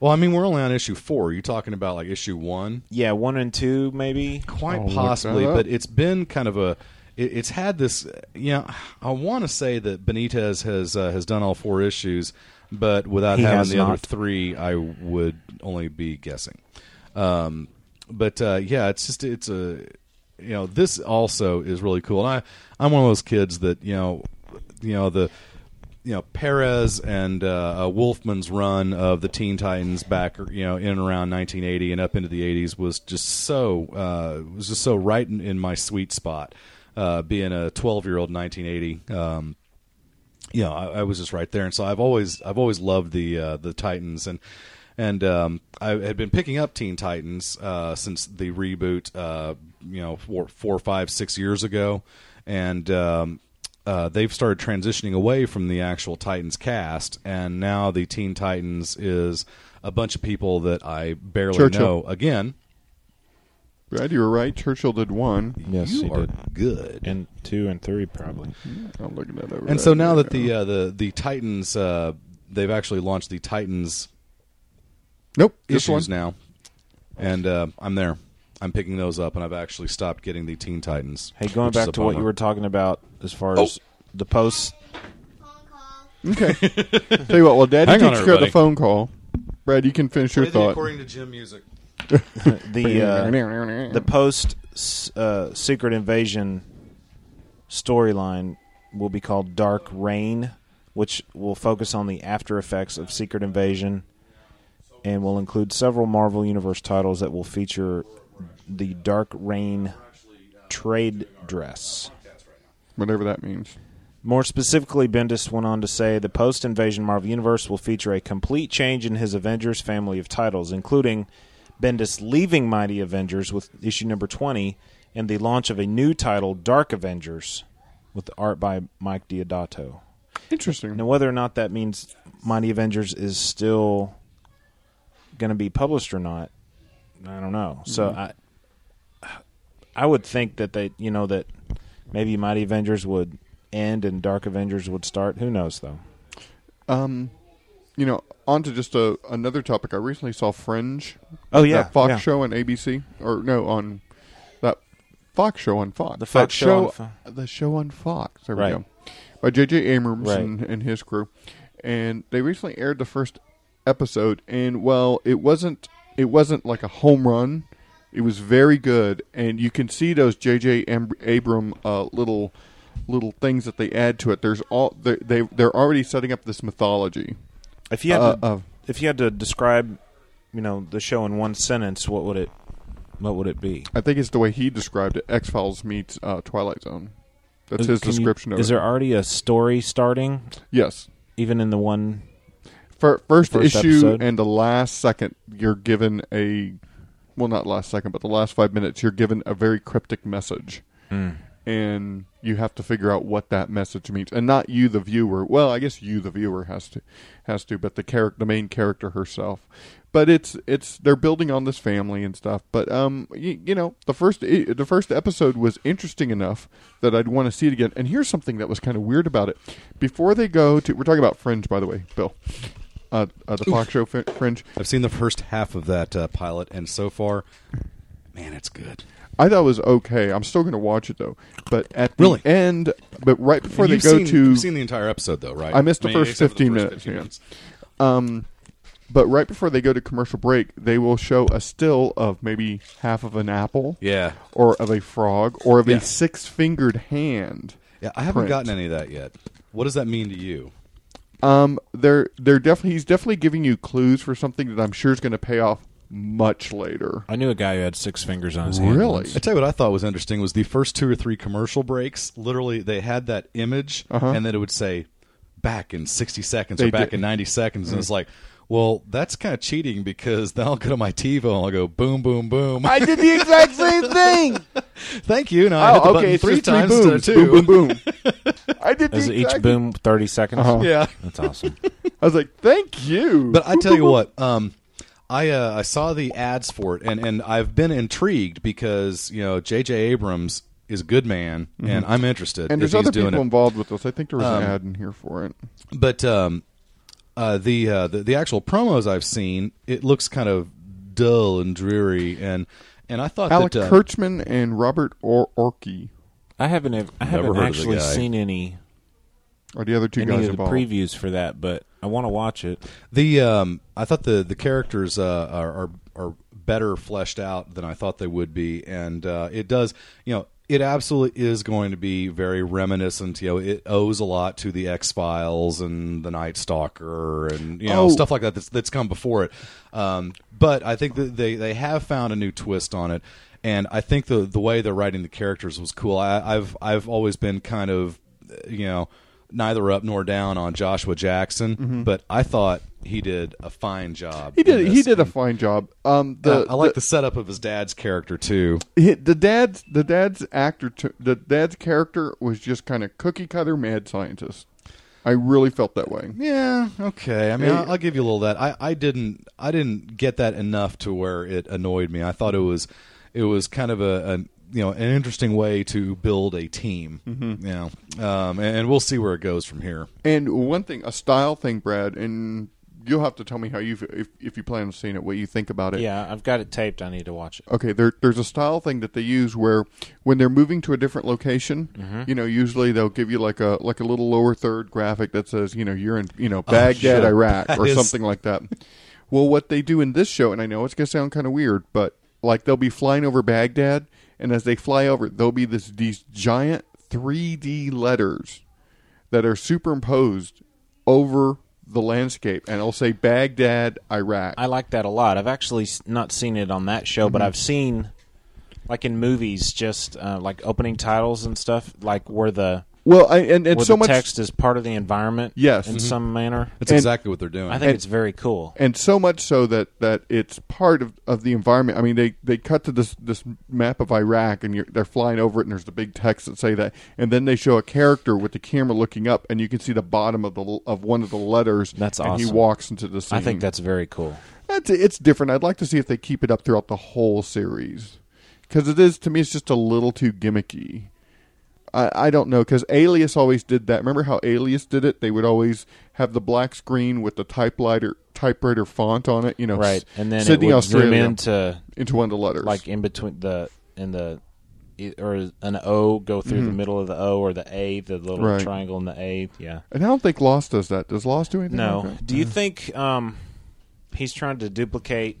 Speaker 8: Well, I mean, we're only on issue four. Are you talking about like issue one?
Speaker 10: Yeah, one and two, maybe.
Speaker 8: Quite possibly, but it's been kind of a. It, it's had this. You know, I want to say that Benitez has uh, has done all four issues, but without
Speaker 10: He
Speaker 8: having
Speaker 10: has
Speaker 8: the other
Speaker 10: not.
Speaker 8: three, I would only be guessing. Um, but uh, yeah, it's just it's a. You know, this also is really cool. And I I'm one of those kids that you know, you know the you know Perez and uh, uh, Wolfman's run of the Teen Titans back you know in and around 1980 and up into the 80s was just so uh, was just so right in, in my sweet spot. Uh, being a 12 year old 1980, um, you know, I, I was just right there, and so I've always I've always loved the uh, the Titans, and and um, I had been picking up Teen Titans uh, since the reboot, uh, you know, four, four, five, six years ago, and um, uh, they've started transitioning away from the actual Titans cast, and now the Teen Titans is a bunch of people that I barely
Speaker 9: Churchill.
Speaker 8: know again.
Speaker 9: Brad, you were right. Churchill did one.
Speaker 10: Yes,
Speaker 8: You
Speaker 10: he
Speaker 8: are
Speaker 10: did. Mm-hmm.
Speaker 8: good.
Speaker 10: And two and three probably.
Speaker 9: I'm looking that over.
Speaker 8: And so now that the uh, the the Titans, uh, they've actually launched the Titans.
Speaker 9: Nope,
Speaker 8: issues
Speaker 9: just one.
Speaker 8: now, and uh, I'm there. I'm picking those up, and I've actually stopped getting the Teen Titans.
Speaker 10: Hey, going
Speaker 8: which is
Speaker 10: back
Speaker 8: a
Speaker 10: to what
Speaker 8: bummer.
Speaker 10: you were talking about as far as the post.
Speaker 9: Okay. Tell you what, while Daddy
Speaker 10: Hang on,
Speaker 9: takes care of the
Speaker 10: everybody.
Speaker 9: phone call, Brad, you can finish your thought.
Speaker 8: to Jim music.
Speaker 10: the uh, the post s- uh, Secret Invasion storyline will be called Dark Reign, which will focus on the after effects of Secret Invasion, and will include several Marvel Universe titles that will feature the Dark Reign trade dress.
Speaker 9: Whatever that means.
Speaker 10: More specifically, Bendis went on to say the post invasion Marvel Universe will feature a complete change in his Avengers family of titles, including Bendis leaving Mighty Avengers with issue number 20 and the launch of a new title, Dark Avengers, with art by Mike Diodato.
Speaker 9: Interesting.
Speaker 10: Now, whether or not that means Mighty Avengers is still going to be published or not, I don't know. So
Speaker 9: Mhm.
Speaker 10: I, I would think that they, you know, that maybe Mighty Avengers would end and Dark Avengers would start. Who knows though?
Speaker 9: Um, you know, on to just a, another topic. I recently saw Fringe.
Speaker 10: Oh, yeah,
Speaker 9: that Fox
Speaker 10: yeah.
Speaker 9: show on ABC, or no, on that Fox show on Fox.
Speaker 10: The
Speaker 9: That
Speaker 10: Fox show on Fo-
Speaker 9: the show on Fox. There
Speaker 10: Right.
Speaker 9: we go. By J.J. Abrams
Speaker 10: Right.
Speaker 9: and, and his crew, and they recently aired the first episode. And well, it wasn't it wasn't like a home run. It was very good, and you can see those J.J. Am- Abram uh, little little things that they add to it. There's all they, they they're already setting up this mythology.
Speaker 10: If you had
Speaker 9: Uh,
Speaker 10: to,
Speaker 9: of-
Speaker 10: if you had to describe, you know, the show in one sentence, what would it, what would it be?
Speaker 9: I think it's the way he described it. X Files meets uh, Twilight Zone. That's
Speaker 10: Is-
Speaker 9: his
Speaker 10: can you-
Speaker 9: description of
Speaker 10: Is
Speaker 9: it.
Speaker 10: there already a story starting?
Speaker 9: Yes.
Speaker 10: Even in the one
Speaker 9: Fir- first,
Speaker 10: first
Speaker 9: issue
Speaker 10: episode?
Speaker 9: and the last second, you're given a well, not last second, but the last five minutes, you're given a very cryptic message,
Speaker 10: Hmm.
Speaker 9: and you have to figure out what that message means, and not you, the viewer. Well, I guess you, the viewer, has to has to, but the character, the main character herself. But it's it's they're building on this family and stuff. But um, you, you know, the first i- the first episode was interesting enough that I'd want to see it again. And here's something that was kind of weird about it. Before they go to, we're talking about Fringe, by the way, Bill. Uh, uh, the Fox show Fr- Fringe.
Speaker 8: I've seen the first half of that uh, pilot, and so far, man, it's good.
Speaker 9: I thought it was okay. I'm still going to watch it though. But at the
Speaker 8: Really?
Speaker 9: end, but right before
Speaker 8: You've
Speaker 9: they go
Speaker 8: seen-
Speaker 9: to,
Speaker 8: you've seen the entire episode, though, right?
Speaker 9: I missed the
Speaker 8: I mean,
Speaker 9: first
Speaker 8: except for the
Speaker 9: 15
Speaker 8: first
Speaker 9: minutes.
Speaker 8: 15
Speaker 9: yeah.
Speaker 8: minutes.
Speaker 9: Um, but right before they go to commercial break, they will show a still of maybe half of an apple,
Speaker 8: Yeah.
Speaker 9: or of a frog, or of
Speaker 8: Yeah.
Speaker 9: a six-fingered hand.
Speaker 8: Yeah, I haven't
Speaker 9: print.
Speaker 8: gotten any of that yet. What does that mean to you?
Speaker 9: Um, they're they're definitely he's definitely giving you clues for something that I'm sure is going to pay off much later.
Speaker 10: I knew a guy who had six fingers on his hand.
Speaker 9: Really?
Speaker 8: I tell you what I thought was interesting was the first two or three commercial breaks. Literally, they had that image,
Speaker 9: Uh-huh.
Speaker 8: and then it would say "back in sixty seconds"
Speaker 9: They
Speaker 8: or "back
Speaker 9: did. Mm-hmm.
Speaker 8: in ninety seconds," and it's like, well, that's kind of cheating because then I'll go to my TiVo and I'll go boom, boom, boom.
Speaker 5: I did the exact same thing.
Speaker 8: Thank you. Now I hit the button
Speaker 9: Oh, it's
Speaker 8: three
Speaker 9: just
Speaker 8: times
Speaker 9: booms.
Speaker 8: instead of two.
Speaker 9: Boom, boom, boom. I did the
Speaker 10: Is
Speaker 9: exact
Speaker 10: each boom 30 seconds?
Speaker 9: Uh-huh.
Speaker 8: Yeah.
Speaker 10: That's awesome.
Speaker 9: I was like, thank you.
Speaker 8: But I tell you what, um, I uh, I saw the ads for it, and and I've been intrigued because you know J.J. Abrams is a good man, and I'm interested.
Speaker 9: Mm-hmm. and
Speaker 8: if
Speaker 9: there's other
Speaker 8: he's doing
Speaker 9: people
Speaker 8: it.
Speaker 9: involved with this. I think there was
Speaker 8: Um,
Speaker 9: an ad in here for it.
Speaker 8: but um, uh, the, uh, the the actual promos I've seen, it looks kind of dull and dreary, and and I thought
Speaker 9: Alec
Speaker 8: that uh,
Speaker 9: Kurtzman and Robert or- Orkey
Speaker 10: I haven't, ev- I
Speaker 8: Never heard
Speaker 10: haven't
Speaker 8: of the
Speaker 10: actually
Speaker 8: guy.
Speaker 10: seen any,
Speaker 9: are the other two
Speaker 10: any
Speaker 9: guys
Speaker 10: of the
Speaker 9: involved.
Speaker 10: previews for that, but I want to watch it.
Speaker 8: the um, I thought the the characters uh, are, are are better fleshed out than I thought they would be, and uh, it does you know. It absolutely is going to be very reminiscent. You know, it owes a lot to the X Files and the Night Stalker, and you know
Speaker 9: Oh.
Speaker 8: stuff like that that's, that's come before it. Um, but I think that they they have found a new twist on it, and I think the the way they're writing the characters was cool. I, I've I've always been kind of you know neither up nor down on Joshua Jackson, but I thought he did a fine job.
Speaker 9: Mm-hmm. He did.
Speaker 8: in
Speaker 9: He
Speaker 8: this.
Speaker 9: did a fine job. Um,
Speaker 8: Uh,
Speaker 9: the
Speaker 8: I like the, setup of his dad's character too.
Speaker 9: the, the dad's the dad's actor to, the dad's character was just kind of cookie cutter mad scientist. I really felt that way.
Speaker 8: Yeah, okay. I mean,
Speaker 9: Yeah.
Speaker 8: I'll, I'll give you a little of that. I, I didn't I didn't get that enough to where it annoyed me. I thought it was it was kind of a, a you know an interesting way to build a team.
Speaker 9: Mm-hmm.
Speaker 8: You know, um, and, and we'll see where it goes from here.
Speaker 9: And one thing, a style thing, Brad, and you'll have to tell me how you if if you plan on seeing it, what you think about it.
Speaker 10: Yeah, I've got it taped. I need to watch it.
Speaker 9: Okay, there, there's a style thing that they use where when they're moving to a different location,
Speaker 10: Mm-hmm.
Speaker 9: you know, usually they'll give you like a like a little lower third graphic that says, you know, you're in, you know,
Speaker 10: Oh,
Speaker 9: Baghdad,
Speaker 8: sure.
Speaker 9: Iraq, or
Speaker 8: Yes.
Speaker 9: something like that. Well, what they do in this show, and I know it's gonna sound kind of weird, but like they'll be flying over Baghdad, and as they fly over, there'll be this these giant 3D letters that are superimposed over the landscape, and it'll say Baghdad, Iraq.
Speaker 10: I like that a lot. I've actually s- not seen it on that show, but
Speaker 9: Mm-hmm.
Speaker 10: I've seen, like in movies, just uh, like opening titles and stuff, like where the
Speaker 9: well, I, and and
Speaker 10: where
Speaker 9: so
Speaker 10: the
Speaker 9: much
Speaker 10: text is part of the environment.
Speaker 9: Yes.
Speaker 10: in
Speaker 9: Mhm.
Speaker 10: some manner.
Speaker 8: That's exactly what they're doing.
Speaker 10: I think it's very cool.
Speaker 9: and so much so that, that it's part of, of the environment. I mean, they, they cut to this this map of Iraq, and you're, they're flying over it, and there's the big text that say that, and then they show a character with the camera looking up, and you can see the bottom of the of one of the letters.
Speaker 10: That's
Speaker 9: And he
Speaker 10: awesome.
Speaker 9: walks into the scene.
Speaker 10: I think that's very cool.
Speaker 9: that's it's different. I'd like to see if they keep it up throughout the whole series because it is to me it's just a little too gimmicky. I, I don't know because Alias always did that. Remember how Alias did it? They would always have the black screen with the typewriter typewriter font on it. You know,
Speaker 10: Right, and then
Speaker 9: Sydney,
Speaker 10: it would
Speaker 9: Australia,
Speaker 10: zoom into
Speaker 9: into one of the letters.
Speaker 10: like in between the in the i- or an O go through the middle of the O or the A, the little
Speaker 9: Mm-hmm. Right.
Speaker 10: triangle in the A. Yeah.
Speaker 9: and I don't think Lost does that. Does Lost do anything?
Speaker 10: No.
Speaker 9: like that?
Speaker 10: Do you think um, he's trying to duplicate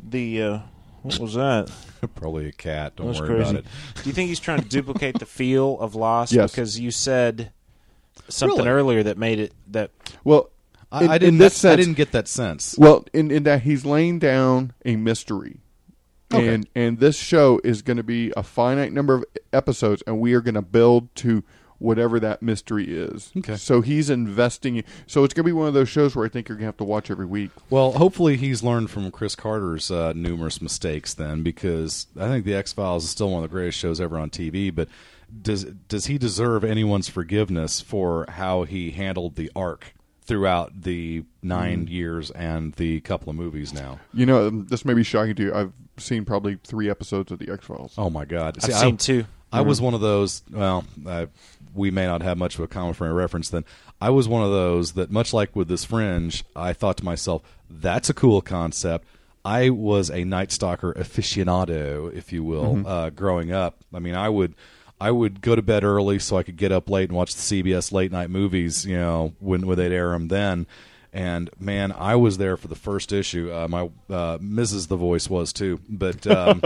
Speaker 10: the uh, what was that?
Speaker 8: Probably a cat. Don't
Speaker 10: That was
Speaker 8: worry
Speaker 10: crazy.
Speaker 8: about it.
Speaker 10: Do you think he's trying to duplicate the feel of Lost?
Speaker 9: Yes.
Speaker 10: Because you said something
Speaker 8: Really?
Speaker 10: earlier that made it that
Speaker 9: Well,
Speaker 8: I,
Speaker 9: in-
Speaker 8: I
Speaker 9: in
Speaker 8: didn't.
Speaker 9: this
Speaker 8: I
Speaker 9: sense-
Speaker 8: didn't get that sense.
Speaker 9: Well, in in that he's laying down a mystery.
Speaker 8: Okay.
Speaker 9: And and this show is going to be a finite number of episodes and we are going to build to whatever that mystery is.
Speaker 8: Okay.
Speaker 9: So he's investing so it's going to be one of those shows where I think you're going to have to watch every week.
Speaker 8: Well, hopefully he's learned from Chris Carter's uh, numerous mistakes then, because I think the X Files is still one of the greatest shows ever on TV. But does does he deserve anyone's forgiveness for how he handled the arc throughout the nine years and the couple of movies now?
Speaker 9: You know, um, this may be shocking to you. I've seen probably 3 episodes of the X-Files.
Speaker 8: Oh my God! See,
Speaker 10: I've
Speaker 8: I-
Speaker 10: seen two. Mm-hmm.
Speaker 8: I was one of those. Well, I, we may not have much of a common frame of reference then. I was one of those that, much like with this fringe, I thought to myself, "That's a cool concept. I was a Night Stalker aficionado, if you will,
Speaker 10: Mm-hmm.
Speaker 9: Mhm.
Speaker 8: uh, growing up. I mean, I would I would go to bed early so I could get up late and watch the CBS late night movies. You know, when when they'd air them then. And man, I was there for the first issue. Uh, my uh, Mrs. The Voice was too, but um,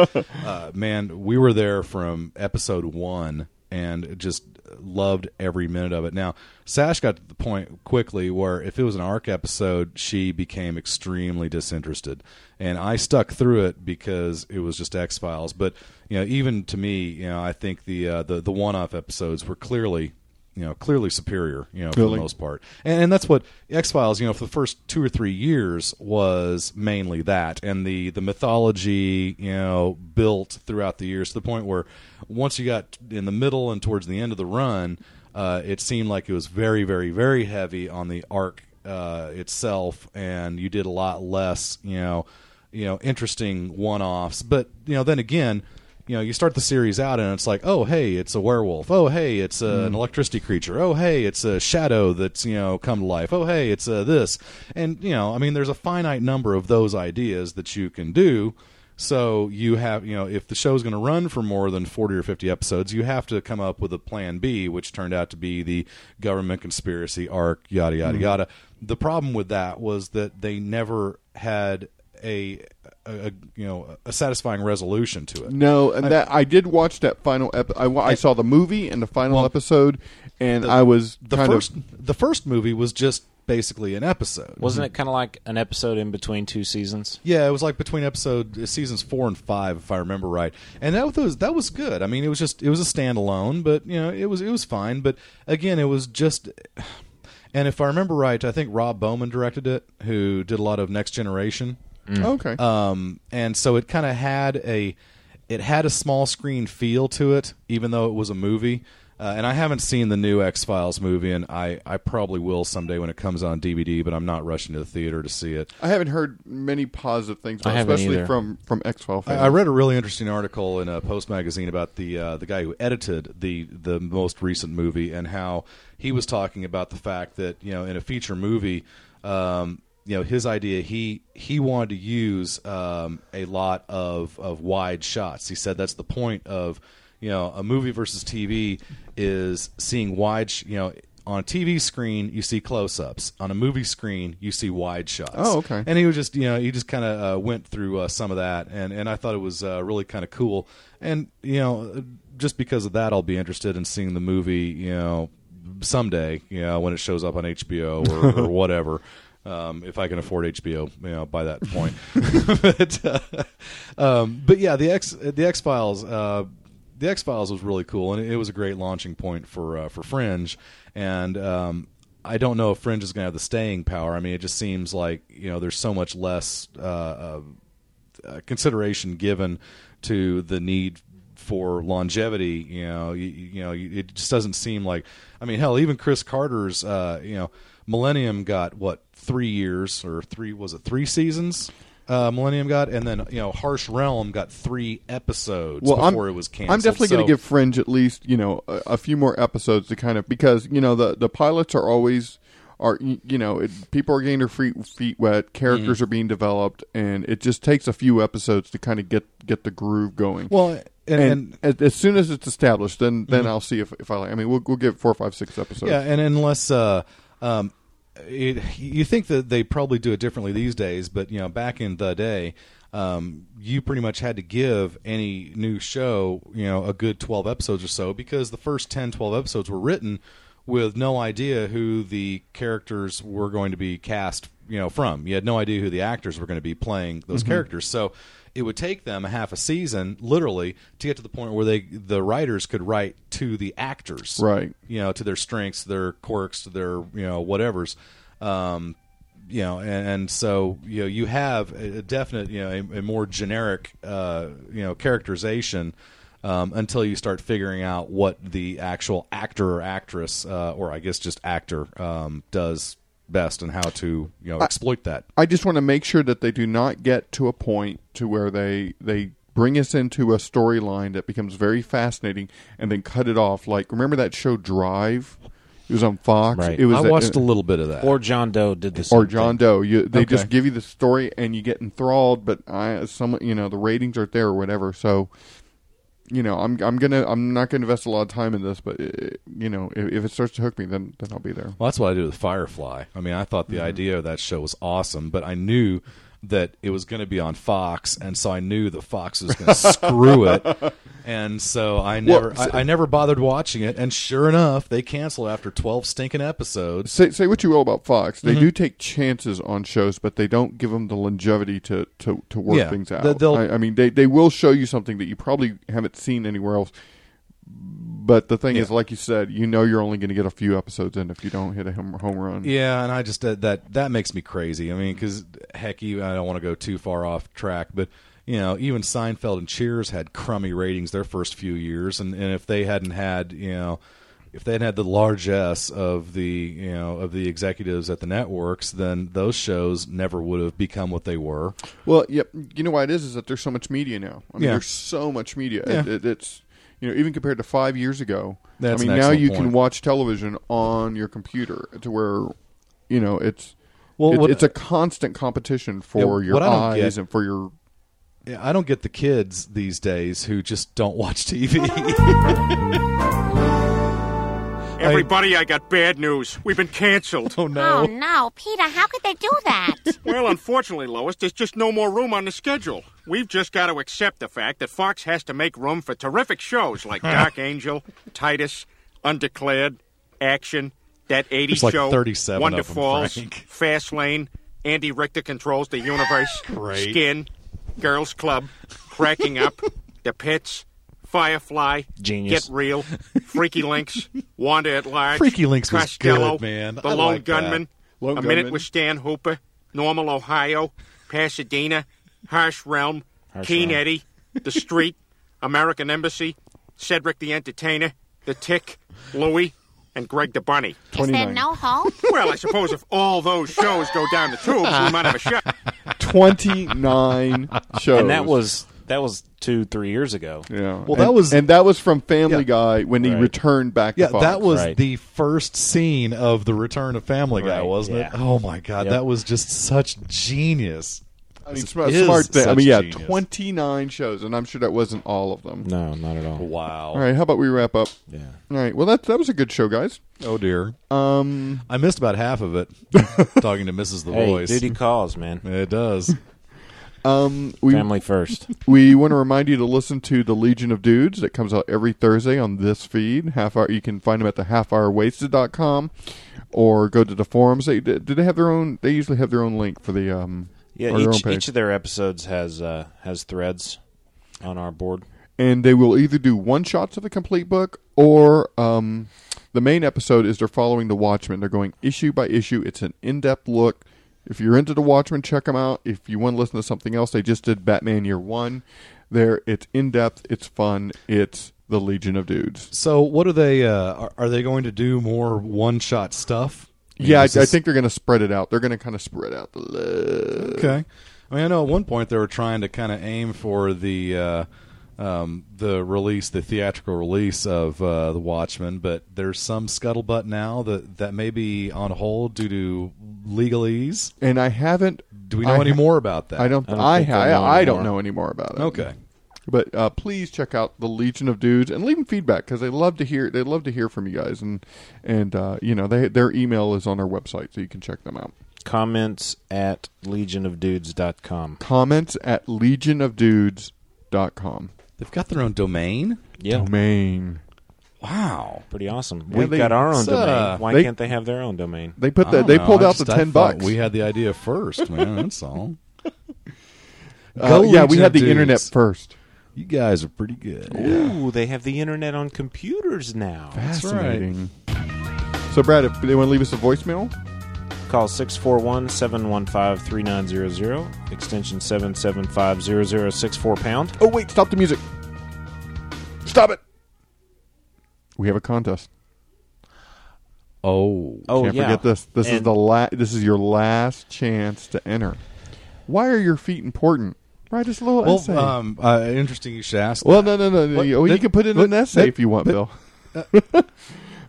Speaker 8: uh, man, we were there from episode one and just loved every minute of it. Now, Sash got to the point quickly where if it was an arc episode, she became extremely disinterested. And I stuck through it because it was just X Files. But you know, even to me, you know, I think the uh, the the one off episodes were clearly you know clearly superior you know for
Speaker 9: Really?
Speaker 8: the most part and, and that's what X Files you know for the first two or three years was mainly that and the the mythology you know built throughout the years to the point where once you got in the middle and towards the end of the run uh, it seemed like it was very very very heavy on the arc uh, itself and you did a lot less you know you know interesting one offs but you know then again you know, you start the series out and it's like, oh hey, it's a werewolf. Oh hey, it's uh, an electricity creature. Oh hey, it's a shadow that's you know come to life. Oh hey, it's uh, this. And you know, I mean, there's a finite number of those ideas that you can do. So you have, you know, if the show's going to run for more than 40 or 50 episodes, you have to come up with a plan B, which turned out to be the government conspiracy arc, yada yada
Speaker 9: Mhm.
Speaker 8: yada. The problem with that was that they never had a, a, a you know a satisfying resolution to it.
Speaker 9: No, and that I did watch that final. Ep- I, wa- I saw the movie and the final episode, and I was
Speaker 8: the
Speaker 9: kind
Speaker 8: first
Speaker 9: of
Speaker 8: the first movie was just basically an episode.
Speaker 10: Wasn't
Speaker 9: Mm-hmm.
Speaker 10: it kind of like an episode in between two seasons?
Speaker 8: Yeah, it was like between episode uh, seasons four and five, if I remember right. And that was that was good. I mean, it was just it was a standalone, but you know, it was it was fine. But again, it was just. And if I remember right, I think Rob Bowman directed it, who did a lot of Next Generation.
Speaker 9: Mm. Okay.
Speaker 8: Um, and so it kind of had a it had a small screen feel to it, even though it was a movie. Uh, and I haven't seen the new X Files movie, and I, I probably will someday when it comes on DVD, but I'm not rushing to the theater to see it.
Speaker 9: I haven't heard many positive things,
Speaker 8: I
Speaker 9: about it,
Speaker 8: haven't
Speaker 9: especially
Speaker 8: either.
Speaker 9: from from X File
Speaker 8: I,
Speaker 9: fans.
Speaker 8: I read a really interesting article in a Post magazine about the uh, the guy who edited the the most recent movie and how he was talking about the fact that you know in a feature movie, um, you know his idea he he wanted to use um, a lot of of wide shots. He said that's the point of you know a movie versus TV is seeing wide sh- you know. On a TV screen, you see close-ups. On a movie screen, you see wide shots.
Speaker 9: Oh, okay.
Speaker 8: And he was just, you know, he just kind of uh, went through uh, some of that, and and I thought it was uh, really kind of cool. And you know, uh, just because of that, I'll be interested in seeing the movie, you know, someday, you know, when it shows up on HBO or, or whatever. Um, if I can afford HBO, you know, by that point. but, uh, um, but yeah, the X the X Files. Uh, the X Files was really cool, and it was a great launching point for uh, for Fringe. And um, I don't know if Fringe is going to have the staying power. I mean, it just seems like you know there's so much less uh, uh, uh, consideration given to the need for longevity. You know, you, you know, you, it just doesn't seem like. I mean, hell, even Chris Carter's uh, you know Millennium got what three years or three was it three seasons? Uh, Millennium got, and then you know, Harsh Realm got three episodes before it was canceled.
Speaker 9: I'm definitely going
Speaker 8: So-
Speaker 9: to give Fringe at least you know a, a few more episodes to kind of because you know the the pilots are always are y- you know it, people are getting their feet feet wet, characters
Speaker 8: Mhm.
Speaker 9: are being developed, and it just takes a few episodes to kind of get get the groove going.
Speaker 8: Well, and-
Speaker 9: as, as soon as it's established, then then
Speaker 8: Mhm.
Speaker 9: I'll see if if I like. I mean, we'll we'll give four, five, six episodes.
Speaker 8: Yeah, and unless uh, um, it, you think that they probably do it differently these days, but you know, back in the day, um, you pretty much had to give any new show, you know, a good twelve episodes or so because the first 10, 12 episodes were written with no idea who the characters were going to be cast, you know, from. You had no idea who the actors were going to be playing those
Speaker 9: Mhm.
Speaker 8: characters characters. So it would take them a half a season, literally, to get to the point where they the writers could write to the actors,
Speaker 9: Right.
Speaker 8: You know, to their strengths, their quirks, their you know whatever's. Um, you know, and, and so you know you have a, a definite you know a, a more generic uh, you know characterization. Um, until you start figuring out what the actual actor or actress, uh, or I guess just actor, um, does best and how to you know exploit that.
Speaker 9: I just want to make sure that they do not get to a point to where they they bring us into a storyline that becomes very fascinating and then cut it off. Like remember that show Drive? It was on Fox.
Speaker 10: Right.
Speaker 9: It was uh,
Speaker 10: I watched
Speaker 8: a little bit of that.
Speaker 10: Or John Doe did the
Speaker 9: Or
Speaker 10: same
Speaker 9: John
Speaker 10: thing.
Speaker 9: Doe. You, they
Speaker 10: Okay.
Speaker 9: just give you the story and you get enthralled, but I some you know the ratings aren't there or whatever. So, you know, I'm I'm gonna I'm not gonna invest a lot of time in this, but uh, you know, if, if it starts to hook me, then then I'll be there.
Speaker 8: Well, that's what I did with Firefly. I mean, I thought the
Speaker 9: Mhm.
Speaker 8: idea of that show was awesome, but I knew that it was going to be on Fox, and so I knew that Fox was going to screw it, and so I never,
Speaker 9: Well,
Speaker 8: I, I never bothered watching it. And sure enough, they canceled after twelve stinking episodes.
Speaker 9: Say say what you will about Fox, they
Speaker 8: Mhm.
Speaker 9: do take chances on shows, but they don't give them the longevity to to, to work
Speaker 8: Yeah,
Speaker 9: things
Speaker 8: they-
Speaker 9: out.
Speaker 8: they'll-
Speaker 9: I, I mean, they they will show you something that you probably haven't seen anywhere else. But the thing is, like you said, you know you're only going to get a few episodes in if you don't hit a home, home run.
Speaker 8: Yeah, and I just that that, that makes me crazy. I mean, because heck, even I don't want to go too far off track, but you know, even Seinfeld and Cheers had crummy ratings their first few years, and, and if they hadn't had you know, if they hadn't had the largesse of the you know of the executives at the networks, then those shows never would have become what they were.
Speaker 9: Well, yep. You know why it is is that there's so much media now. I mean,
Speaker 8: Yeah.
Speaker 9: there's so much media. It-
Speaker 8: Yeah.
Speaker 9: it- it's you know even compared to five years ago.
Speaker 8: That's
Speaker 9: I
Speaker 8: an
Speaker 9: mean, now
Speaker 8: excellent
Speaker 9: you
Speaker 8: point.
Speaker 9: can watch television on your computer to where you know it's
Speaker 8: Well,
Speaker 9: it-
Speaker 8: what-
Speaker 9: it's a constant competition for
Speaker 8: Yeah,
Speaker 9: your
Speaker 8: what I don't
Speaker 9: eyes
Speaker 8: get-
Speaker 9: and for your
Speaker 8: Yeah, I don't get the kids these days who just don't watch TV.
Speaker 12: Everybody, I got bad news. We've been canceled. Oh,
Speaker 13: Oh no, Peter, how could they do that?
Speaker 12: well, unfortunately, Lois, there's just no more room on the schedule. We've just got to accept the fact that Fox has to make room for terrific shows like Dark Angel, Titus, Undeclared, Action, That 80s
Speaker 8: There's like
Speaker 12: Show,
Speaker 8: 37 of
Speaker 12: Wonder
Speaker 8: them,
Speaker 12: Falls,
Speaker 8: Frank.
Speaker 12: Fast Lane, Andy Richter Controls the Universe,
Speaker 8: Great.
Speaker 12: Skin, Girls Club, Cracking Up, The Pits, Firefly,
Speaker 10: Genius.
Speaker 12: Get Real, Freaky Links, Wanda at Large,
Speaker 8: Freaky Links was
Speaker 12: Costello,
Speaker 8: good, man.
Speaker 12: The
Speaker 8: I
Speaker 12: Lone
Speaker 8: like that.
Speaker 12: Gunman,
Speaker 8: Lone
Speaker 12: A Minute
Speaker 8: Gunman.
Speaker 12: with Stan Hooper, Normal, Ohio, Pasadena, Harsh Realm,
Speaker 14: Harsh
Speaker 12: Keen
Speaker 14: Realm.
Speaker 12: Eddie, The Street, American Embassy, Cedric the Entertainer, The Tick, Louie, and Greg the Bunny.
Speaker 13: Is there no hope?
Speaker 12: Well, I suppose if all those shows go down the tubes, we might have a shot.
Speaker 9: twenty nine shows.
Speaker 10: And that was that was two three years ago.
Speaker 9: Yeah.
Speaker 10: Well,
Speaker 9: And-
Speaker 10: that was
Speaker 9: and that was from Family Guy when he
Speaker 10: Right.
Speaker 9: returned back.
Speaker 8: Yeah,
Speaker 9: to Fox.
Speaker 8: that was the first scene of the Return of Family Guy,
Speaker 9: Right,
Speaker 8: wasn't it?
Speaker 9: yeah.
Speaker 8: Oh my god,
Speaker 9: Yep.
Speaker 8: that was just such genius.
Speaker 9: I mean,
Speaker 8: It
Speaker 9: smart,
Speaker 8: is
Speaker 9: smart thing. I
Speaker 8: such
Speaker 9: mean, yeah,
Speaker 8: genius.
Speaker 9: 29 shows, and I'm sure that wasn't all of them.
Speaker 10: No, not at all.
Speaker 8: Wow.
Speaker 9: All right, how about we wrap up?
Speaker 10: Yeah.
Speaker 9: All right. Well, that that was a good show, guys.
Speaker 8: Oh dear.
Speaker 9: Um,
Speaker 8: I missed about half of it talking to Mrs. The
Speaker 10: Hey,
Speaker 8: Voice.
Speaker 10: duty calls, man.
Speaker 8: It does.
Speaker 9: Um, we,
Speaker 10: Family first.
Speaker 9: We want to remind you to listen to the Legion of Dudes that comes out every Thursday on this feed. Half hour. You can find them at the halfhourwasted.com or go to the forums. They do they have their own? They usually have their own link for the um.
Speaker 10: Yeah,
Speaker 9: or their own
Speaker 10: each,
Speaker 9: page.
Speaker 10: each of their episodes has uh, has threads on our board.
Speaker 9: and they will either do one shots of the complete book or um, the main episode is they're following the Watchmen. They're going issue by issue. It's an in depth look. If you're into the Watchmen, check them out. If you want to listen to something else, they just did Batman Year One. There, it's in depth. It's fun. It's the Legion of Dudes.
Speaker 8: So, what are they? Uh, are, are they going to do more one-shot stuff? I mean,
Speaker 9: Yeah, I,
Speaker 8: this
Speaker 9: I
Speaker 8: is-
Speaker 9: think they're going to spread it out. They're going to kind of spread out the love.
Speaker 8: Okay. I mean, I know at one point they were trying to kind of aim for the uh, um, the release, the theatrical release of uh, the Watchmen, but there's some scuttlebutt now that that may be on hold due to legalese.
Speaker 9: And I haven't.
Speaker 8: Do we know
Speaker 9: I
Speaker 8: any
Speaker 9: ha-
Speaker 8: more about that?
Speaker 9: I don't. I I, I, don't know any more about it.
Speaker 8: Okay.
Speaker 9: But uh, please check out the Legion of Dudes and leave them feedback because they love to hear. They love to hear from you guys, and and uh, you know they, their email is on our website, so you can check them out.
Speaker 10: Comments at legionofdudes.com.
Speaker 9: Comments at legionofdudes.com.
Speaker 8: They've got their own domain.
Speaker 10: Yeah.
Speaker 9: Domain.
Speaker 8: Wow,
Speaker 10: pretty awesome.
Speaker 8: Yeah,
Speaker 10: We've
Speaker 8: they-
Speaker 10: got our own
Speaker 8: it's,
Speaker 10: domain.
Speaker 8: uh,
Speaker 10: Why
Speaker 8: they-
Speaker 10: can't they have their own domain?
Speaker 9: They put
Speaker 8: I
Speaker 9: the
Speaker 8: don't
Speaker 9: they
Speaker 8: know.
Speaker 9: pulled
Speaker 8: I
Speaker 9: out the
Speaker 8: just- I
Speaker 9: ten
Speaker 8: thought
Speaker 9: bucks.
Speaker 8: We had the idea first, man. That's all.
Speaker 9: Uh, yeah, we
Speaker 8: Legion
Speaker 9: had the
Speaker 8: Dudes.
Speaker 9: internet first.
Speaker 8: You guys are pretty good.
Speaker 10: Ooh, they have the internet on computers now.
Speaker 9: Fascinating. So, Brad, if they want to leave us a voicemail,
Speaker 10: Call 641 715 3900, extension 7750064 pound.
Speaker 9: Oh, wait, stop the music. Stop it. we have a contest.
Speaker 8: Oh,
Speaker 10: Oh,
Speaker 9: Can't
Speaker 10: yeah.
Speaker 9: forget this. This is
Speaker 10: And-
Speaker 9: the la- This is your last chance to enter. Why are your feet important? Write us a little
Speaker 8: Well,
Speaker 9: essay.
Speaker 8: um, uh, interesting you should ask.
Speaker 9: well,
Speaker 8: that.
Speaker 9: no, no, no, no.
Speaker 8: What?
Speaker 9: you- oh, you
Speaker 8: That-
Speaker 9: can put it in
Speaker 8: what-
Speaker 9: an essay
Speaker 8: that-
Speaker 9: if you want,
Speaker 8: but-
Speaker 9: Bill.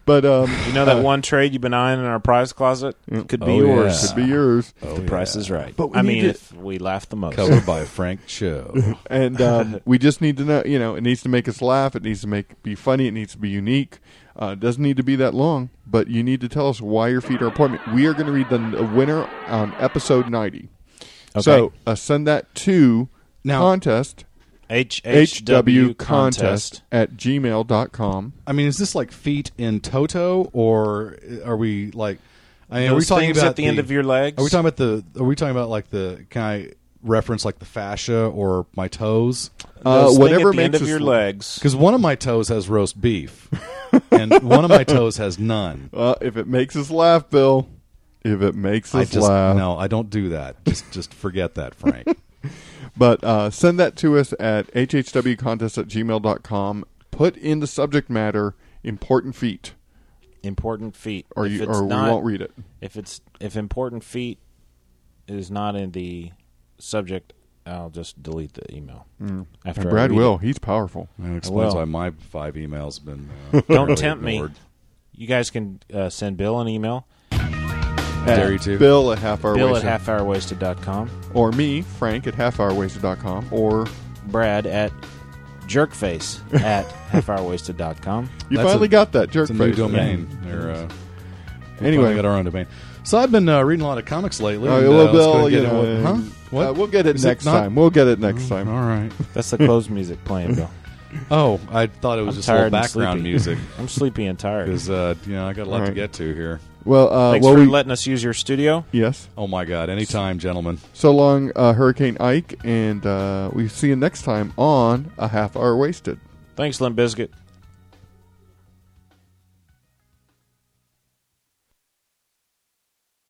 Speaker 9: But um,
Speaker 10: you know that
Speaker 9: uh,
Speaker 10: one trade you've been eyeing in our prize closet could be yours.
Speaker 9: Mm. Oh, Could be yours.
Speaker 10: the price is right.
Speaker 9: But we
Speaker 10: Oh, I
Speaker 9: need
Speaker 10: mean,
Speaker 9: to-
Speaker 10: if we laugh the most,
Speaker 8: Covered by Frank Cho.
Speaker 9: and um, we just need to know. You know, it needs to make us laugh. It needs to make be funny. It needs to be unique. Uh, it doesn't need to be that long, but you need to tell us why your feet are appointment. We are going to read the the winner on episode ninety. So
Speaker 10: Okay.
Speaker 9: uh, send that to
Speaker 8: Now-
Speaker 9: contest
Speaker 10: HHW
Speaker 9: contest at gmail.com.
Speaker 8: I mean, is this like feet in toto, or are we like? I mean, are we
Speaker 10: Those
Speaker 8: talking
Speaker 10: things
Speaker 8: about
Speaker 10: at the end of your legs?
Speaker 8: Are we talking about the? Are we talking about like the? Can I reference like the fascia or my toes?
Speaker 10: Uh, Those thing whatever at the end makes of us- your legs.
Speaker 8: Because one of my toes has roast beef, and one of my toes has none.
Speaker 9: Well, Uh, if it makes us laugh, Bill. If it makes us
Speaker 8: I just
Speaker 9: laugh.
Speaker 8: no, I don't do that. Just just forget that, Frank.
Speaker 9: But uh, send that to us at hhwcontest at gmail.com. Put in the subject matter important feet.
Speaker 10: important feet.
Speaker 9: Or
Speaker 10: If
Speaker 9: you-
Speaker 10: it's
Speaker 9: or we
Speaker 10: not-
Speaker 9: won't read it.
Speaker 10: If it's if important feet is not in the subject, I'll just delete the email.
Speaker 9: Mm.
Speaker 10: After
Speaker 9: And
Speaker 10: I
Speaker 9: Brad
Speaker 10: read
Speaker 9: will.
Speaker 10: it.
Speaker 9: He's powerful.
Speaker 8: That
Speaker 10: Well.
Speaker 8: explains why my five emails have been. Uh,
Speaker 10: Don't
Speaker 8: really
Speaker 10: tempt me.
Speaker 8: ignored.
Speaker 10: You guys can uh, send Bill an email.
Speaker 8: dare you to.
Speaker 9: Bill at halfhourwasted.
Speaker 10: Bill at halfhourwasted.com.
Speaker 9: Or me, Frank, at halfhourwasted.com. Or
Speaker 10: Brad at jerkface at halfhourwasted.com.
Speaker 9: you
Speaker 8: That's
Speaker 9: finally
Speaker 8: a-
Speaker 9: got that jerk
Speaker 8: It's a new
Speaker 9: face.
Speaker 8: domain. They're, uh, we
Speaker 9: Anyway.
Speaker 8: finally got our own domain. So I've been uh, reading a lot of comics lately.
Speaker 9: All right,
Speaker 8: and,
Speaker 9: well,
Speaker 8: uh, let's go
Speaker 9: Bill,
Speaker 8: get
Speaker 9: you
Speaker 8: it.
Speaker 9: know,
Speaker 8: What- huh? What?
Speaker 9: uh, we'll get it
Speaker 8: Is
Speaker 9: next
Speaker 8: not- Mm-hmm.
Speaker 9: time. We'll get it next time.
Speaker 8: All right.
Speaker 10: That's the closed music playing, Bill.
Speaker 8: Oh, I thought it was
Speaker 10: I'm
Speaker 8: just a
Speaker 10: tired
Speaker 8: little
Speaker 10: and
Speaker 8: background
Speaker 10: sleepy.
Speaker 8: music
Speaker 10: I'm sleepy and tired.
Speaker 8: because uh, you know I got a lot
Speaker 9: All
Speaker 8: to
Speaker 9: right.
Speaker 8: get to here.
Speaker 9: Well, uh,
Speaker 10: Thanks
Speaker 9: well,
Speaker 10: for
Speaker 9: we-
Speaker 10: letting us use your studio.
Speaker 9: yes.
Speaker 8: Oh my God! Anytime, gentlemen.
Speaker 9: So long, uh, Hurricane Ike, and uh, we see you next time on A Half Hour Wasted.
Speaker 10: Thanks, Limp Bizkit.